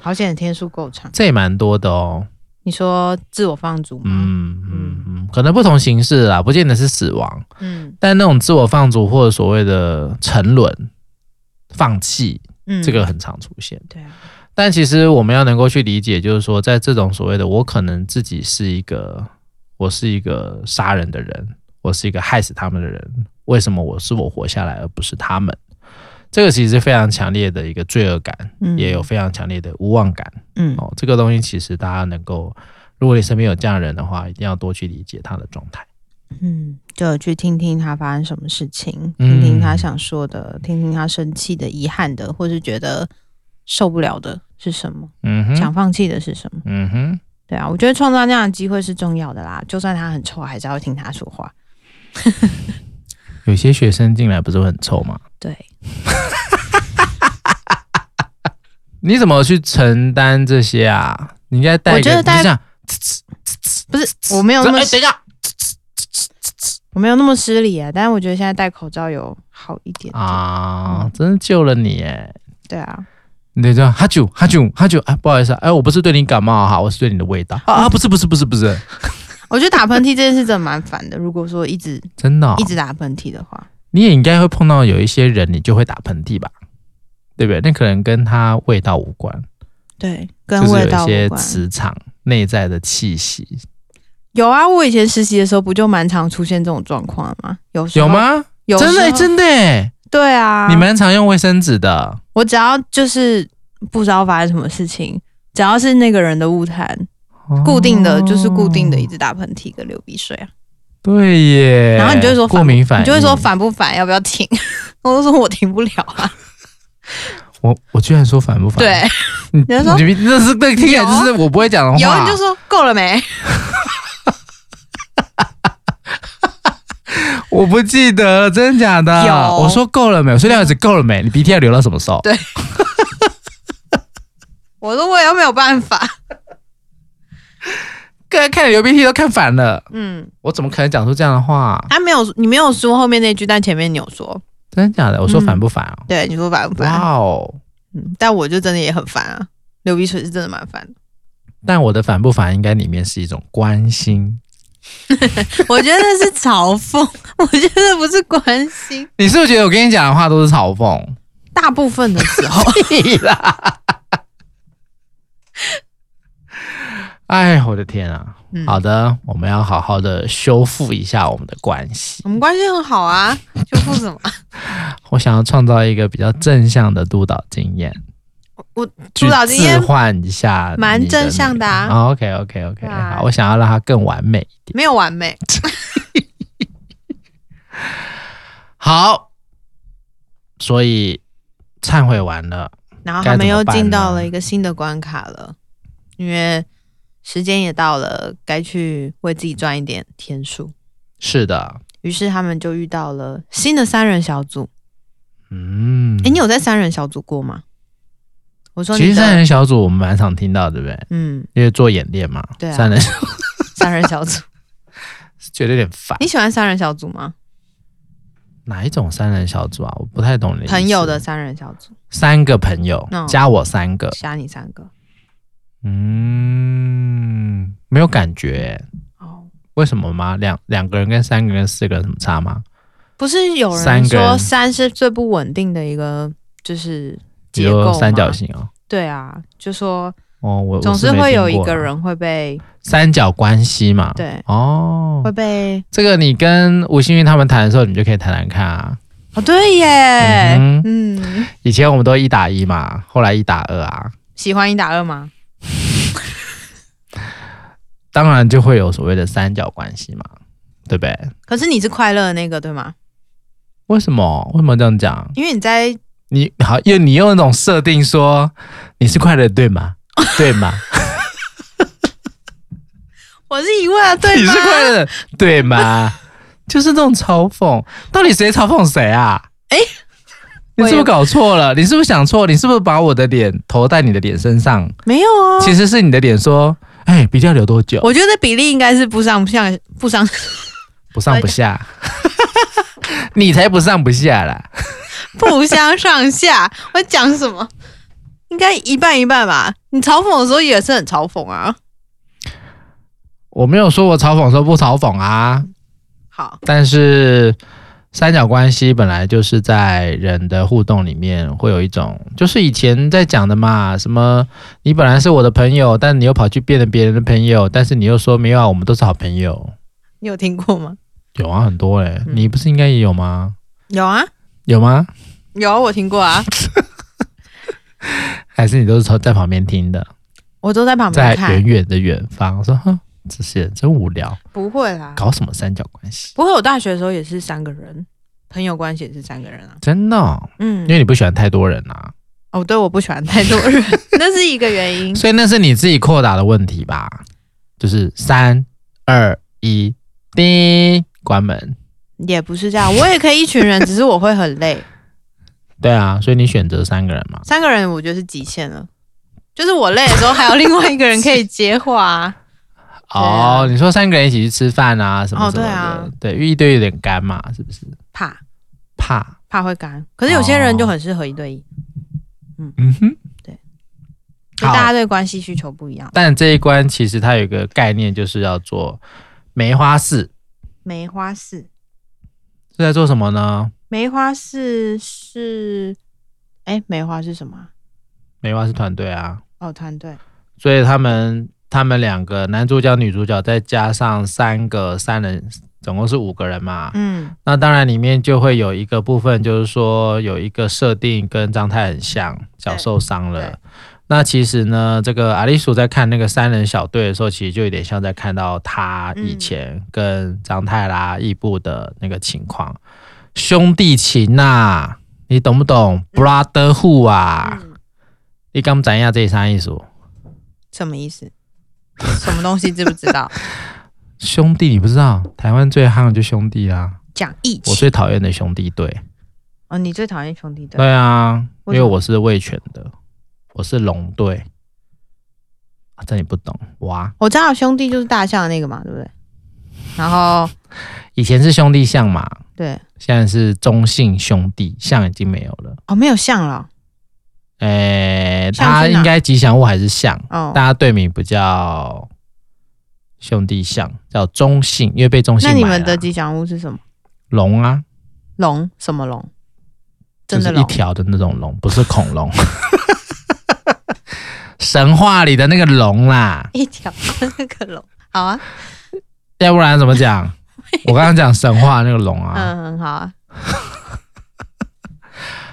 [SPEAKER 2] 好险天数够长。
[SPEAKER 1] 这也蛮多的哦。
[SPEAKER 2] 你说自我放逐吗？
[SPEAKER 1] 嗯嗯嗯，可能不同形式啦，不见得是死亡，
[SPEAKER 2] 嗯
[SPEAKER 1] 但那种自我放逐或者所谓的沉沦、放弃，
[SPEAKER 2] 嗯，
[SPEAKER 1] 这个很常出现。
[SPEAKER 2] 对啊，
[SPEAKER 1] 但其实我们要能够去理解，就是说，在这种所谓的我可能自己是一个，我是一个杀人的人，我是一个害死他们的人，为什么我是我活下来，而不是他们？这个其实是非常强烈的一个罪恶感，
[SPEAKER 2] 嗯
[SPEAKER 1] 也有非常强烈的无望感
[SPEAKER 2] 嗯
[SPEAKER 1] 哦。这个东西其实大家能够，如果你身边有这样的人的话，一定要多去理解他的状态。
[SPEAKER 2] 嗯，就去听听他发生什么事情，
[SPEAKER 1] 嗯
[SPEAKER 2] 听听他想说的，听听他生气的、遗憾的，或是觉得受不了的是什么，
[SPEAKER 1] 嗯哼，
[SPEAKER 2] 想放弃的是什么。
[SPEAKER 1] 嗯哼，
[SPEAKER 2] 对啊，我觉得创造那样的机会是重要的啦。就算他很臭，还是要听他说话。
[SPEAKER 1] 有些学生进来不是会很臭吗？
[SPEAKER 2] 对，
[SPEAKER 1] 你怎么去承担这些啊？你应该带一个，
[SPEAKER 2] 我觉得带
[SPEAKER 1] 你就这样
[SPEAKER 2] 不是我没有那
[SPEAKER 1] 说
[SPEAKER 2] 么
[SPEAKER 1] 哎等一下，
[SPEAKER 2] 我没有那么失礼啊，但是我觉得现在戴口罩有好一点点。
[SPEAKER 1] 啊
[SPEAKER 2] 嗯，
[SPEAKER 1] 真的救了你哎！
[SPEAKER 2] 对啊，
[SPEAKER 1] 你得这样哈啾哈啾哈啾，哎，不好意思啊，哎，我不是对你感冒哈，我是对你的味道啊啊，不是不是不是不是，
[SPEAKER 2] 我觉得打喷嚏这件事真的蛮烦的。如果说一直
[SPEAKER 1] 真的哦、
[SPEAKER 2] 一直打喷嚏的话，
[SPEAKER 1] 你也应该会碰到有一些人，你就会打喷嚏吧，对不对？那可能跟他味道无关，
[SPEAKER 2] 对，
[SPEAKER 1] 就
[SPEAKER 2] 跟
[SPEAKER 1] 是
[SPEAKER 2] 味
[SPEAKER 1] 有一
[SPEAKER 2] 道
[SPEAKER 1] 些
[SPEAKER 2] 无关。
[SPEAKER 1] 磁场内在的气息，
[SPEAKER 2] 有啊，我以前实习的时候不就蛮常出现这种状况吗？有时候啊
[SPEAKER 1] 有？吗？
[SPEAKER 2] 有时
[SPEAKER 1] 真
[SPEAKER 2] 候
[SPEAKER 1] 的真的哎，
[SPEAKER 2] 对啊，
[SPEAKER 1] 你蛮常用卫生纸的，
[SPEAKER 2] 我只要就是不知道发生什么事情，只要是那个人的误谈，固定的就是固定的，一
[SPEAKER 1] 哦。
[SPEAKER 2] 直打喷嚏跟流鼻水啊，
[SPEAKER 1] 对耶。
[SPEAKER 2] 然后你就会说
[SPEAKER 1] 过敏反应，
[SPEAKER 2] 你就会说烦不烦，要不要停？ 我就说我停不了啊，
[SPEAKER 1] 我我居然说反不反？
[SPEAKER 2] 对，
[SPEAKER 1] 你，
[SPEAKER 2] 你就说
[SPEAKER 1] 你这是对，听起来就是我不会讲的
[SPEAKER 2] 有
[SPEAKER 1] 话。
[SPEAKER 2] 你就说够了 没？
[SPEAKER 1] 我不记得了，真的假的？
[SPEAKER 2] 有
[SPEAKER 1] 我说够了没？我说廖子够了没？你鼻涕要流到什么时候？
[SPEAKER 2] 对我说我也没有办法，
[SPEAKER 1] 个人看你流鼻涕都看反了，
[SPEAKER 2] 嗯，
[SPEAKER 1] 我怎么可能讲出这样的话？
[SPEAKER 2] 他没有你没有说后面那句，但前面你有说，
[SPEAKER 1] 真的假的？我说反不反哦？
[SPEAKER 2] 对，你说烦不烦？
[SPEAKER 1] 哇哦！
[SPEAKER 2] 嗯，但我就真的也很烦啊，流鼻水是真的蛮烦的。
[SPEAKER 1] 但我的反不反应该里面是一种关心。
[SPEAKER 2] 我觉得是嘲 讽，我觉得不是关心。
[SPEAKER 1] 你是不是觉得我跟你讲的话都是嘲讽？
[SPEAKER 2] 大部分的时候，
[SPEAKER 1] 屁啦！哎，我的天啊！
[SPEAKER 2] 嗯
[SPEAKER 1] 好的，我们要好好的修复一下我们的关系。
[SPEAKER 2] 我们关系很好啊，修复什 么？
[SPEAKER 1] 我想要创造一个比较正向的督导经验，
[SPEAKER 2] 我督导经验
[SPEAKER 1] 去置换一下你的那个，
[SPEAKER 2] 蛮正向的啊
[SPEAKER 1] 哦 OK OK OK，
[SPEAKER 2] 对啊
[SPEAKER 1] 好，我想要让它更完美一点。
[SPEAKER 2] 没有完美。
[SPEAKER 1] 好，所以忏悔完了，
[SPEAKER 2] 然后
[SPEAKER 1] 该
[SPEAKER 2] 他
[SPEAKER 1] 怎
[SPEAKER 2] 们
[SPEAKER 1] 么
[SPEAKER 2] 又
[SPEAKER 1] 办
[SPEAKER 2] 进到
[SPEAKER 1] 呢
[SPEAKER 2] 了一个新的关卡了，因为时间也到了，该去为自己赚一点天数。
[SPEAKER 1] 是的，
[SPEAKER 2] 于是他们就遇到了新的三人小组。
[SPEAKER 1] 嗯，
[SPEAKER 2] 诶，你有在三人小组过吗？我说
[SPEAKER 1] 其
[SPEAKER 2] 你
[SPEAKER 1] 实三
[SPEAKER 2] 的，
[SPEAKER 1] 人小组我们蛮常听到，对不对？
[SPEAKER 2] 嗯，
[SPEAKER 1] 因为做演练嘛，
[SPEAKER 2] 对啊
[SPEAKER 1] 三人
[SPEAKER 2] 三人小组，
[SPEAKER 1] 觉得有点烦。
[SPEAKER 2] 你喜欢三人小组吗？
[SPEAKER 1] 哪一种三人小组啊？我不太懂你意思
[SPEAKER 2] 朋友的三人小组，
[SPEAKER 1] 三个朋友、
[SPEAKER 2] 嗯
[SPEAKER 1] 加我三个，
[SPEAKER 2] 加你三个
[SPEAKER 1] 嗯，没有感觉欸，
[SPEAKER 2] 哦，
[SPEAKER 1] 为什么吗？两两个人跟三个人、四个人有什么差吗？
[SPEAKER 2] 不是有
[SPEAKER 1] 三
[SPEAKER 2] 人
[SPEAKER 1] 个
[SPEAKER 2] 说
[SPEAKER 1] 人
[SPEAKER 2] 三是最不稳定的一个就是
[SPEAKER 1] 比
[SPEAKER 2] 结构
[SPEAKER 1] 如
[SPEAKER 2] 吗
[SPEAKER 1] 三角，形哦，
[SPEAKER 2] 对啊，就说
[SPEAKER 1] 哦，我
[SPEAKER 2] 总
[SPEAKER 1] 我
[SPEAKER 2] 是
[SPEAKER 1] 没
[SPEAKER 2] 会
[SPEAKER 1] 听
[SPEAKER 2] 有一
[SPEAKER 1] 过啊
[SPEAKER 2] 个
[SPEAKER 1] 啦
[SPEAKER 2] 人会被
[SPEAKER 1] 三角关系嘛，，
[SPEAKER 2] 对
[SPEAKER 1] 哦
[SPEAKER 2] 会，被
[SPEAKER 1] 这个你跟吴欣韵他们谈的时候，你就可以谈谈看啊。
[SPEAKER 2] 哦对耶，
[SPEAKER 1] 嗯
[SPEAKER 2] 嗯，
[SPEAKER 1] 以前我们都一打一嘛，后来一打二啊，
[SPEAKER 2] 喜欢一打二吗？
[SPEAKER 1] 当然就会有所谓的三角关系嘛，对不对？
[SPEAKER 2] 可是你是快乐的那个对吗？
[SPEAKER 1] 为什么？为什么这样讲？
[SPEAKER 2] 因为你在
[SPEAKER 1] 你好，因为你用那种设定说你是快乐的，对吗？对吗？
[SPEAKER 2] 我是疑问啊，对
[SPEAKER 1] 你
[SPEAKER 2] 吗
[SPEAKER 1] 是？快乐的，对 吗？就是那种嘲讽，到底谁嘲讽谁啊？
[SPEAKER 2] 哎
[SPEAKER 1] 你是不
[SPEAKER 2] 我
[SPEAKER 1] 是
[SPEAKER 2] 也
[SPEAKER 1] 搞错了？你是不是想错？你是不是把我的脸投在你的脸身上？
[SPEAKER 2] 没有啊，
[SPEAKER 1] 其实是你的脸说，哎、鼻涕要流多久？
[SPEAKER 2] 我觉得比例应该是不上不下不上
[SPEAKER 1] 不上不下， 你才不上不下啦。
[SPEAKER 2] 不相上下。 我讲什么？应该一半一半吧。你嘲讽的时候也是很嘲讽啊。
[SPEAKER 1] 我没有说我嘲讽，说不嘲讽啊。
[SPEAKER 2] 好，
[SPEAKER 1] 但是三角关系本来就是在人的互动里面会有一种，就是以前在讲的嘛，什么你本来是我的朋友，但你又跑去变成别人的朋友，但是你又说没有啊，我们都是好朋友。
[SPEAKER 2] 你有听过吗？
[SPEAKER 1] 有啊，很多哎、
[SPEAKER 2] 嗯
[SPEAKER 1] 你不是应该也有吗？
[SPEAKER 2] 有啊，
[SPEAKER 1] 有吗？
[SPEAKER 2] 有啊我听过 啊，
[SPEAKER 1] 还是你都是从在旁边听的，
[SPEAKER 2] 我都在旁
[SPEAKER 1] 在
[SPEAKER 2] 边
[SPEAKER 1] 远
[SPEAKER 2] 看。
[SPEAKER 1] 远的远方说，哼，这些人真无聊，
[SPEAKER 2] 不会啦，
[SPEAKER 1] 搞什么三角关系？
[SPEAKER 2] 不会。我大学的时候也是三个人，朋友关系也是三个人啊。
[SPEAKER 1] 真的哦、
[SPEAKER 2] 嗯
[SPEAKER 1] 因，为你不喜欢太多人啊，
[SPEAKER 2] 哦，对，我不喜欢太多 人，那是一个原因。
[SPEAKER 1] 所以那是你自己扩大的问题吧？就是三二一，叮，关门。
[SPEAKER 2] 也不是这样，我也可以一群人，只是我会很累。
[SPEAKER 1] 对啊，所以你选择三个人嘛？
[SPEAKER 2] 三个人我觉得是极限了，就是我累的时候还有另外一个人可以接话、啊。对啊
[SPEAKER 1] 哦，你说三个人一起去吃饭啊，什么
[SPEAKER 2] 哦
[SPEAKER 1] 什么的，
[SPEAKER 2] 对啊
[SPEAKER 1] 对，因为一堆有点干嘛，是不是？
[SPEAKER 2] 怕
[SPEAKER 1] 怕，
[SPEAKER 2] 怕会干，可是有些人就很适合一对一，
[SPEAKER 1] 嗯哼，
[SPEAKER 2] 对。就大家
[SPEAKER 1] 好，
[SPEAKER 2] 对关系需求不一样。
[SPEAKER 1] 但这一关其实它有一个概念，就是要做梅花四
[SPEAKER 2] 梅花四，
[SPEAKER 1] 是在做什么呢？
[SPEAKER 2] 梅花四是，哎、梅花是什么啊？
[SPEAKER 1] 梅花四团队啊，
[SPEAKER 2] 哦，团队，
[SPEAKER 1] 所以他们他们两个男主角、女主角，再加上三个三人总共是五个人嘛。
[SPEAKER 2] 嗯
[SPEAKER 1] 那当然里面就会有一个部分，就是说有一个设定跟张太很像，脚受伤
[SPEAKER 2] 对
[SPEAKER 1] 了。那其实呢，这个阿丽鼠在看那个三人小队的时候，其实就有点像在看到他以前跟张太啦、义布的那个情况，兄弟情呐、你懂不懂？brotherhood 啊，
[SPEAKER 2] 嗯，
[SPEAKER 1] 你刚讲一下这啥意思？
[SPEAKER 2] 什么意思？什么东西知不知 道？
[SPEAKER 1] 兄弟，你不知道，台湾最夯的就兄弟啦、
[SPEAKER 2] 讲义
[SPEAKER 1] 我
[SPEAKER 2] 气
[SPEAKER 1] 最讨厌的兄弟队。
[SPEAKER 2] 哦，你最讨厌兄弟对？
[SPEAKER 1] 对啊，因为
[SPEAKER 2] 为什么
[SPEAKER 1] 我是卫权的，我是龙队。啊这你不懂哇？
[SPEAKER 2] 我知道兄弟就是大象的那个嘛，对不对？然后
[SPEAKER 1] 以前是兄弟象嘛，
[SPEAKER 2] 对，
[SPEAKER 1] 现在是中性兄弟象已经没有了。
[SPEAKER 2] 哦，没有象了
[SPEAKER 1] 诶、
[SPEAKER 2] 象是哪
[SPEAKER 1] 它应该吉祥物还是象？
[SPEAKER 2] 哦。
[SPEAKER 1] 大家队名不叫兄弟象，叫中性，因为被中性
[SPEAKER 2] 那你
[SPEAKER 1] 买
[SPEAKER 2] 们
[SPEAKER 1] 了
[SPEAKER 2] 的吉祥物是什么？
[SPEAKER 1] 龙啊，
[SPEAKER 2] 龙什么龙？
[SPEAKER 1] 就
[SPEAKER 2] 真的
[SPEAKER 1] 是一
[SPEAKER 2] 龙？
[SPEAKER 1] 条的那种龙，不是恐龙。 神话里的那个龙啦，
[SPEAKER 2] 一条那个 龙。好啊，
[SPEAKER 1] 要不然怎么 讲？我刚刚讲神话那个龙啊，
[SPEAKER 2] 嗯，很好啊，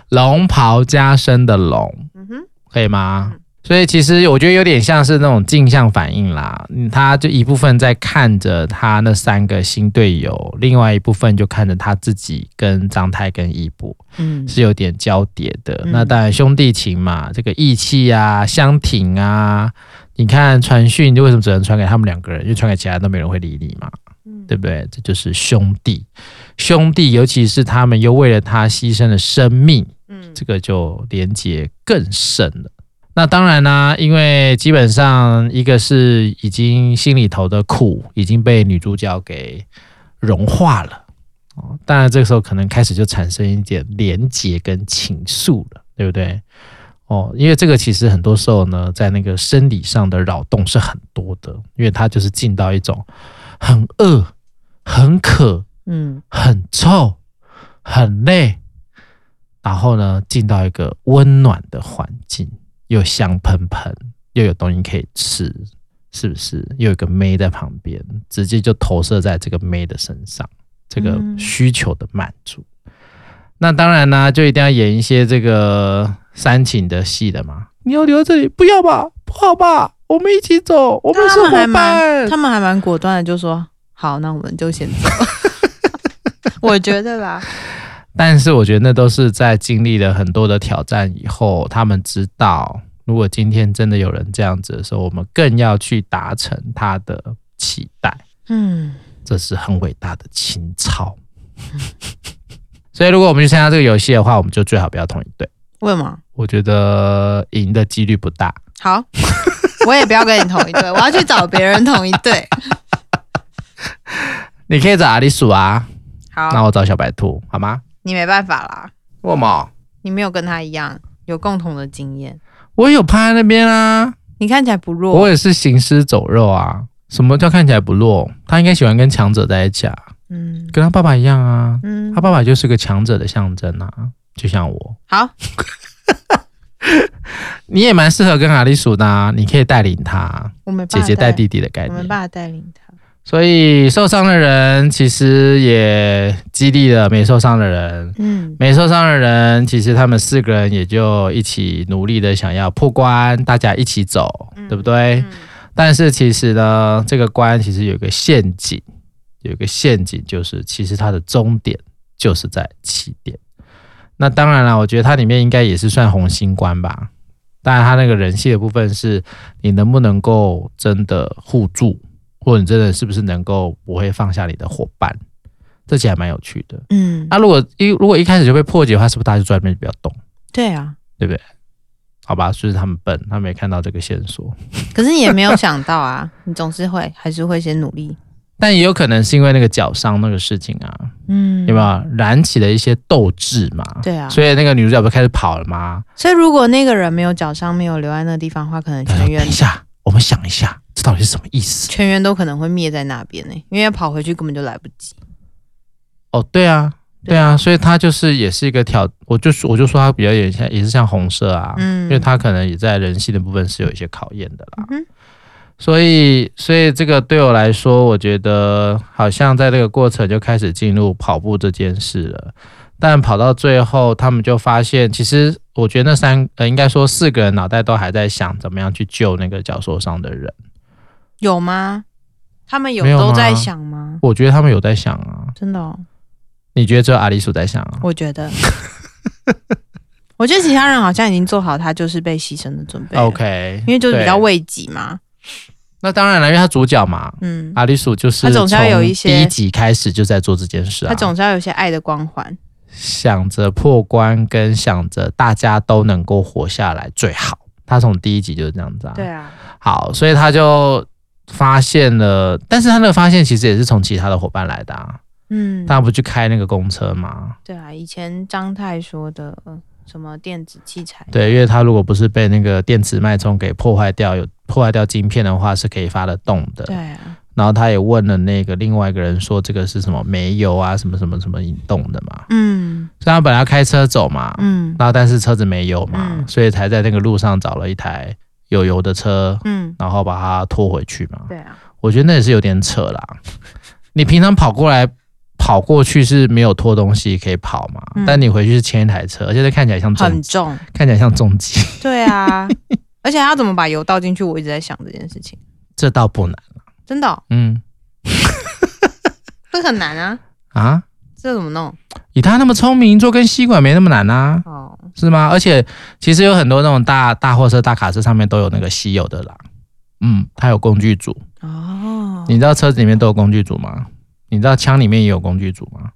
[SPEAKER 1] 龙袍加身的龙，
[SPEAKER 2] 嗯哼，
[SPEAKER 1] 可以吗
[SPEAKER 2] 嗯？
[SPEAKER 1] 所以其实我觉得有点像是那种镜像反应啦，嗯他就一部分在看着他那三个新队友，另外一部分就看着他自己跟张太跟义博
[SPEAKER 2] 嗯
[SPEAKER 1] 是有点交叠的。
[SPEAKER 2] 嗯
[SPEAKER 1] 那当然兄弟情嘛，这个义气啊、相挺啊，你看传讯为什么只能传给他们两个人，因为传给其他人都没人会理你嘛。
[SPEAKER 2] 嗯
[SPEAKER 1] 对不对？这就是兄弟，兄弟，尤其是他们又为了他牺牲了生命，
[SPEAKER 2] 嗯
[SPEAKER 1] 这个就连结更深了。那当然啦、因为基本上一个是已经心里头的苦已经被女主角给融化了，哦，当然这个时候可能开始就产生一点连结跟情愫了，对不对？哦，因为这个其实很多时候呢，在那个生理上的扰动是很多的，因为它就是进到一种很饿、很渴、
[SPEAKER 2] 嗯
[SPEAKER 1] 很臭、很累，然后呢，进到一个温暖的环境，又香喷喷，又有东西可以吃，是不是？又有一个妹在旁边，直接就投射在这个妹的身上，这个
[SPEAKER 2] 嗯
[SPEAKER 1] 需求的满足。那当然呢，就一定要演一些这个煽情的戏的
[SPEAKER 2] 嗯
[SPEAKER 1] 嘛。你要留在这里，不要吧，不好吧，我们一起走，嗯我们
[SPEAKER 2] 但
[SPEAKER 1] 是
[SPEAKER 2] 他们还
[SPEAKER 1] 伙
[SPEAKER 2] 蛮，
[SPEAKER 1] 伴。
[SPEAKER 2] 他们还蛮果断的，就说好，那我们就先 走。我觉得啦，
[SPEAKER 1] 但是我觉得那都是在经历了很多的挑战以后，他们知道，如果今天真的有人这样子的时候，我们更要去达成他的期待，
[SPEAKER 2] 嗯，
[SPEAKER 1] 这是很伟大的情操。 所以，如果我们去参加这个游戏的话，我们就最好不要同一队。
[SPEAKER 2] 为什么？
[SPEAKER 1] 我觉得赢的几率不大。
[SPEAKER 2] 好， 我也不要跟你同一队，我要去找别人同一队。
[SPEAKER 1] 你可以找阿里鼠啊，那
[SPEAKER 2] 好，
[SPEAKER 1] 我找小白兔，好吗？
[SPEAKER 2] 你没办法啦，
[SPEAKER 1] 我嘛，
[SPEAKER 2] 你没有跟他一样有共同的经验，
[SPEAKER 1] 我有趴在那边啊，
[SPEAKER 2] 你看起来不弱
[SPEAKER 1] 我。也是行尸走肉啊。什么叫看起来不弱？他应该喜欢跟强者在一起啊。
[SPEAKER 2] 嗯
[SPEAKER 1] 跟他爸爸一样啊，
[SPEAKER 2] 嗯
[SPEAKER 1] 他，爸爸就是个强者的象征啊，就像我，
[SPEAKER 2] 好，
[SPEAKER 1] 你也蛮适合跟阿里鼠的、啊，你可以带领他，
[SPEAKER 2] 我没
[SPEAKER 1] 姐
[SPEAKER 2] 办法
[SPEAKER 1] 姐带，弟弟的概
[SPEAKER 2] 我没
[SPEAKER 1] 念。
[SPEAKER 2] 办法带领他。
[SPEAKER 1] 所以受伤的人其实也激励了没受伤的人，
[SPEAKER 2] 嗯
[SPEAKER 1] 没受伤的人其实他们四个人也就一起努力的想要破关，大家一起走，
[SPEAKER 2] 嗯
[SPEAKER 1] 对不对？
[SPEAKER 2] 嗯
[SPEAKER 1] 但是其实呢，这个关其实有一个陷阱，有一个陷阱就是，其实它的终点就是在起点。那当然了，我觉得它里面应该也是算红心关吧。当然，它那个人气的部分是你能不能够真的互助，或者你真的是不是能够不会放下你的伙伴，这其实还蛮有趣的。
[SPEAKER 2] 嗯，
[SPEAKER 1] 那、如果一如果一开始就被破解的话，是不是大家就坐在那边不要动？
[SPEAKER 2] 对啊，
[SPEAKER 1] 好吧，就是他们笨，他没看到这个线索。
[SPEAKER 2] 可是你也没有想到啊， 你总是会还是会先努力。
[SPEAKER 1] 但也有可能是因为那个脚伤那个事情啊，
[SPEAKER 2] 嗯，
[SPEAKER 1] 有没有燃起了一些斗志嘛？
[SPEAKER 2] 对啊，
[SPEAKER 1] 所以那个女主角不是开始跑了吗？
[SPEAKER 2] 所以如果那个人没有脚伤，没有留在那个地方的话，可能
[SPEAKER 1] 她说
[SPEAKER 2] 全员
[SPEAKER 1] 等一下，我们想一下，这到底是什么意思？
[SPEAKER 2] 全员都可能会灭在那边呢、欸因为跑回去根本就来不及。
[SPEAKER 1] 哦，对啊，对
[SPEAKER 2] 对
[SPEAKER 1] 啊，所以她就是也是一个挑，我就说我就说她比较也像也是像红色啊，
[SPEAKER 2] 嗯
[SPEAKER 1] 因为她可能也在人性的部分是有一些考验的啦。
[SPEAKER 2] 嗯哼
[SPEAKER 1] 所以，所以这个对我来说，我觉得好像在这个过程就开始进入跑步这件事了。但跑到最后，他们就发现，其实我觉得那三呃，应该说四个人脑袋都还在想怎么样去救那个脚受伤的人。
[SPEAKER 2] 有吗？他们有
[SPEAKER 1] 没有
[SPEAKER 2] 都在
[SPEAKER 1] 吗
[SPEAKER 2] 想吗？
[SPEAKER 1] 我觉得他们有在想啊，
[SPEAKER 2] 真的、哦，
[SPEAKER 1] 你觉得只有阿里鼠在想啊？
[SPEAKER 2] 我 觉得，我觉得其他人好像已经做好他就是被牺牲的准备了
[SPEAKER 1] OK，
[SPEAKER 2] 啊因为就是比较
[SPEAKER 1] 对
[SPEAKER 2] 慰藉嘛。
[SPEAKER 1] 那当然了，因为他主角嘛，
[SPEAKER 2] 嗯，
[SPEAKER 1] 阿里鼠就是
[SPEAKER 2] 他总是要有一些
[SPEAKER 1] 从第一集开始就在做这件事啊，
[SPEAKER 2] 他总是要有些爱的光环。
[SPEAKER 1] 想着破关跟想着大家都能够活下来最好。他从第一集就是这样子啊，
[SPEAKER 2] 对啊，
[SPEAKER 1] 好，所以他就发现了，但是他那个发现其实也是从其他的伙伴来的啊，
[SPEAKER 2] 嗯，
[SPEAKER 1] 他不去开那个公车嘛？
[SPEAKER 2] 对啊，以前张太说的、呃、什么电子器材，
[SPEAKER 1] 对，因为他如果不是被那个电池脉冲给破坏掉，有破坏掉晶片的话，是可以发得动的。
[SPEAKER 2] 对啊，
[SPEAKER 1] 然后他也问了那个另外一个人说这个是什么煤油啊，什么什么什么引动的嘛。
[SPEAKER 2] 嗯
[SPEAKER 1] 所以他本来要开车走嘛，
[SPEAKER 2] 嗯
[SPEAKER 1] 然后但是车子没油嘛，
[SPEAKER 2] 嗯
[SPEAKER 1] 所以才在那个路上找了一台有油的车，
[SPEAKER 2] 嗯，
[SPEAKER 1] 然后把它拖回去嘛。
[SPEAKER 2] 对啊，
[SPEAKER 1] 我觉得那也是有点扯啦。 你平常跑过来跑过去是没有拖东西可以跑嘛，
[SPEAKER 2] 嗯
[SPEAKER 1] 但你回去是牵一台车，而且这看起来像重
[SPEAKER 2] 很，重，
[SPEAKER 1] 看起来像重机，
[SPEAKER 2] 对啊，而且他要怎么把油倒进去，我一直在想这件事情，
[SPEAKER 1] 这倒不难。
[SPEAKER 2] 真的哦、
[SPEAKER 1] 嗯
[SPEAKER 2] 这很难啊，
[SPEAKER 1] 啊，
[SPEAKER 2] 这怎么弄？
[SPEAKER 1] 以他那么聪明，做根吸管没那么难啊，
[SPEAKER 2] 哦，
[SPEAKER 1] 是吗？而且其实有很多那种大大货车、大卡车上面都有那个吸油的啦。嗯，它有工具组，
[SPEAKER 2] 哦，
[SPEAKER 1] 你知道车子里面都有工具组吗？你知道枪里面也有工具组吗？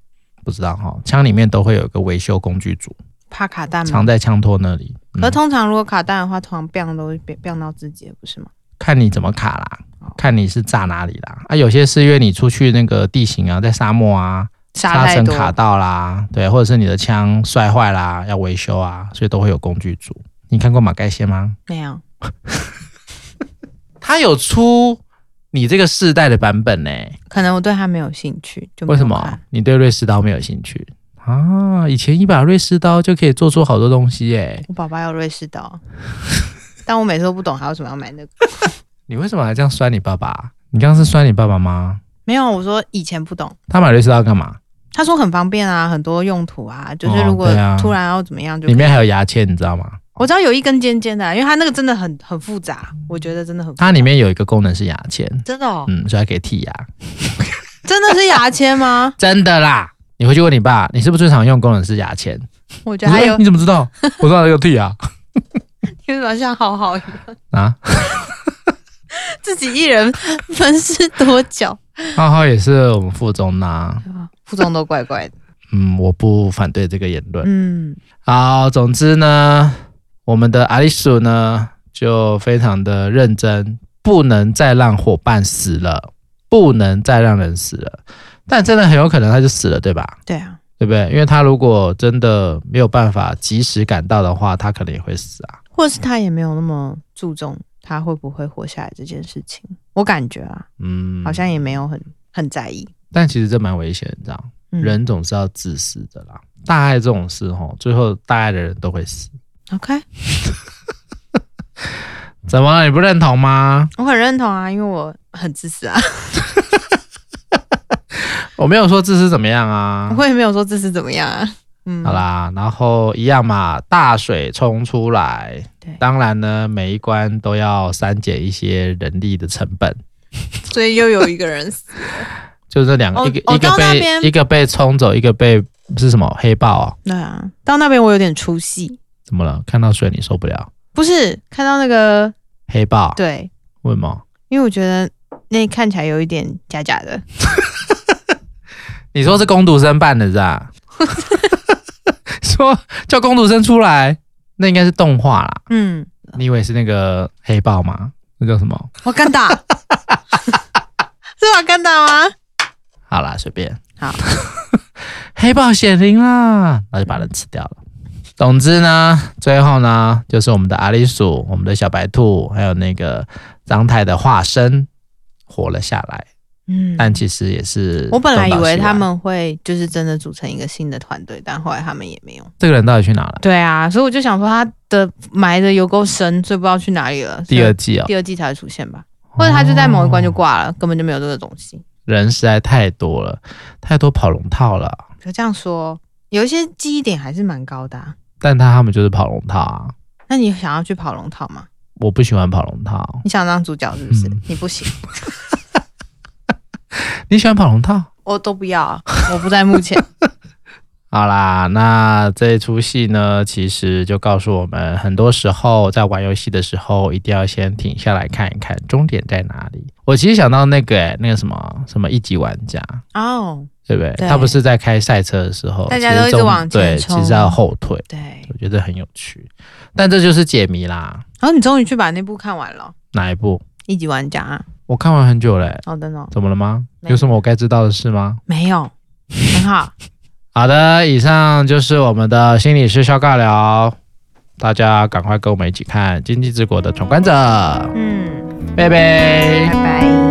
[SPEAKER 1] 不知道哈，枪里面都会有一个维修工具组，
[SPEAKER 2] 怕卡蛋吗
[SPEAKER 1] 藏？在枪托那里。嗯
[SPEAKER 2] 可通常如果卡蛋的话，通常 bang 都会 bang 到自己，不是吗？
[SPEAKER 1] 看你怎么卡啦
[SPEAKER 2] 哦，
[SPEAKER 1] 看你是炸哪里啦。啊，有些是因为你出去那个地形啊，在沙漠啊，
[SPEAKER 2] 杀
[SPEAKER 1] 沙
[SPEAKER 2] 太
[SPEAKER 1] 尘
[SPEAKER 2] 多，
[SPEAKER 1] 卡到啦，对，或者是你的枪摔坏啦，要维修啊，所以都会有工具组。你看过马盖先吗？
[SPEAKER 2] 没有，
[SPEAKER 1] 他有出你这个世代的版本呢、
[SPEAKER 2] 可能我对他没有兴趣，就没
[SPEAKER 1] 为
[SPEAKER 2] 有
[SPEAKER 1] 什么
[SPEAKER 2] 看？
[SPEAKER 1] 你对瑞士刀没有兴趣啊？以前一把瑞士刀就可以做出好多东西耶、
[SPEAKER 2] 我爸爸有瑞士刀， 但我每次都不懂他为什么要买那个。
[SPEAKER 1] 你为什么还这样酸你爸爸？你刚刚是酸你爸爸吗？
[SPEAKER 2] 没有，我说以前不懂，
[SPEAKER 1] 他买瑞士刀干嘛？
[SPEAKER 2] 他说很方便啊，很多用途啊，就是
[SPEAKER 1] 哦
[SPEAKER 2] 如果
[SPEAKER 1] 对啊
[SPEAKER 2] 突然要怎么样就可以、
[SPEAKER 1] 里面还有牙签，你知道吗？
[SPEAKER 2] 我知道有一根尖尖的啊、因为它那个真的很很复杂，我觉得真的很复杂
[SPEAKER 1] 它里面有一个功能是牙签，
[SPEAKER 2] 真的哦，
[SPEAKER 1] 嗯，所以它可以剔牙。？
[SPEAKER 2] 真的是牙签吗
[SPEAKER 1] 真的啦，你回去问你爸，你是不是最常用功能是牙签？
[SPEAKER 2] 我觉
[SPEAKER 1] 我说
[SPEAKER 2] 得还
[SPEAKER 1] 哎
[SPEAKER 2] 有
[SPEAKER 1] 你怎么知道？我知道这个剔牙
[SPEAKER 2] 有什么像好好一样
[SPEAKER 1] 啊，
[SPEAKER 2] 自己一人分饰多角，
[SPEAKER 1] 浩浩也是我们附中呐。
[SPEAKER 2] 副总都怪 怪的。
[SPEAKER 1] 嗯，我不反对这个言论。
[SPEAKER 2] 嗯，
[SPEAKER 1] 好，总之呢，我们的阿里鼠呢就非常的认真，不能再让伙伴死了，不能再让人死了。但真的很有可能他就死了，对吧？
[SPEAKER 2] 对啊，
[SPEAKER 1] 对不对？因为他如果真的没有办法及时赶到的话，他可能也会死啊。
[SPEAKER 2] 或者是他也没有那么注重他会不会活下来这件事情，我感觉啊，
[SPEAKER 1] 嗯，
[SPEAKER 2] 好像也没有很很在意。
[SPEAKER 1] 但其实这蛮危险的，你知道，
[SPEAKER 2] 嗯，
[SPEAKER 1] 人总是要自私的啦。大爱这种事，吼，最后大爱的人都会死。
[SPEAKER 2] OK，
[SPEAKER 1] 怎么了？你不认同吗？
[SPEAKER 2] 我很认同啊，因为我很自私啊，
[SPEAKER 1] 我没有说自私怎么样啊。
[SPEAKER 2] 我也没有说自私怎么样啊。嗯，
[SPEAKER 1] 好，啦，然后一样嘛，大水冲出来。
[SPEAKER 2] 对
[SPEAKER 1] 当然呢，每一关都要删减一些人力的成本，
[SPEAKER 2] 所以又有一个人死，
[SPEAKER 1] 就这两个，
[SPEAKER 2] 哦
[SPEAKER 1] 一个、
[SPEAKER 2] 哦
[SPEAKER 1] 一个
[SPEAKER 2] 到那边
[SPEAKER 1] 被一个被冲走，一个被是什么黑豹、哦？
[SPEAKER 2] 对啊，到那边我有点出戏，
[SPEAKER 1] 怎么了？看到水你受不了？
[SPEAKER 2] 不是看到那个
[SPEAKER 1] 黑豹？
[SPEAKER 2] 对，
[SPEAKER 1] 为什么？
[SPEAKER 2] 因为我觉得那看起来有一点假假的，
[SPEAKER 1] 你说是工读生办的是 吧？说叫工读生出来，那应该是动画啦。
[SPEAKER 2] 嗯，
[SPEAKER 1] 你以为是那个黑豹吗？那叫什么？
[SPEAKER 2] 我干打， 是我干打吗？
[SPEAKER 1] 好啦，随便。
[SPEAKER 2] 好，
[SPEAKER 1] 黑豹显灵啦，然后就把人吃掉了。总之呢，最后呢，就是我们的阿里鼠、我们的小白兔，还有那个张太的化身活了下来，
[SPEAKER 2] 嗯，
[SPEAKER 1] 但其实也是
[SPEAKER 2] 我本来以
[SPEAKER 1] 东倒
[SPEAKER 2] 为
[SPEAKER 1] 西歪
[SPEAKER 2] 他们会就是真的组成一个新的团队，但后来他们也没有。
[SPEAKER 1] 这个人到底去哪了？
[SPEAKER 2] 对啊，所以我就想说他的埋的有够深，所以不知道去哪里了。
[SPEAKER 1] 第二
[SPEAKER 2] 所
[SPEAKER 1] 季哦
[SPEAKER 2] 以，第二季才会出现吧？
[SPEAKER 1] 哦
[SPEAKER 2] 或者他就在某一关就挂了，根本就没有这个东西。
[SPEAKER 1] 人实在太多了，太多跑龙套了。
[SPEAKER 2] 可这样说，有一些记忆点还是蛮高的、啊。
[SPEAKER 1] 但他他们就是跑龙套啊，
[SPEAKER 2] 那你想要去跑龙套吗？
[SPEAKER 1] 我不喜欢跑龙套。
[SPEAKER 2] 你想当主角是不是？你不行，
[SPEAKER 1] 你喜欢跑龙套？
[SPEAKER 2] 我都不要 啊，我不在幕前。
[SPEAKER 1] 好啦，那这出戏呢，其实就告诉我们，很多时候在玩游戏的时候，一定要先停下来看一看终点在哪里。我其实想到那个、欸、那个什么什么一级玩家，
[SPEAKER 2] 哦，
[SPEAKER 1] 对不对？
[SPEAKER 2] 对
[SPEAKER 1] 他不是在开赛车的时候，
[SPEAKER 2] 大家都
[SPEAKER 1] 其实
[SPEAKER 2] 一直
[SPEAKER 1] 中
[SPEAKER 2] 往前
[SPEAKER 1] 对，
[SPEAKER 2] 冲
[SPEAKER 1] 其实要后退，
[SPEAKER 2] 对，然
[SPEAKER 1] 我觉得很有趣。但这就是解谜啦，
[SPEAKER 2] 后你终于去把那部看完了，
[SPEAKER 1] 哪一部？
[SPEAKER 2] 一级玩家啊，
[SPEAKER 1] 我看完很久嘞、欸
[SPEAKER 2] 好的呢，
[SPEAKER 1] 怎么了吗？
[SPEAKER 2] 没
[SPEAKER 1] 有什么我该知道的事吗？
[SPEAKER 2] 没有，很好，
[SPEAKER 1] 好的，以上就是我们的心理师小尬聊，大家赶快跟我们一起看《经济之国的闯关者》，
[SPEAKER 2] 嗯，
[SPEAKER 1] 拜拜
[SPEAKER 2] 拜。拜。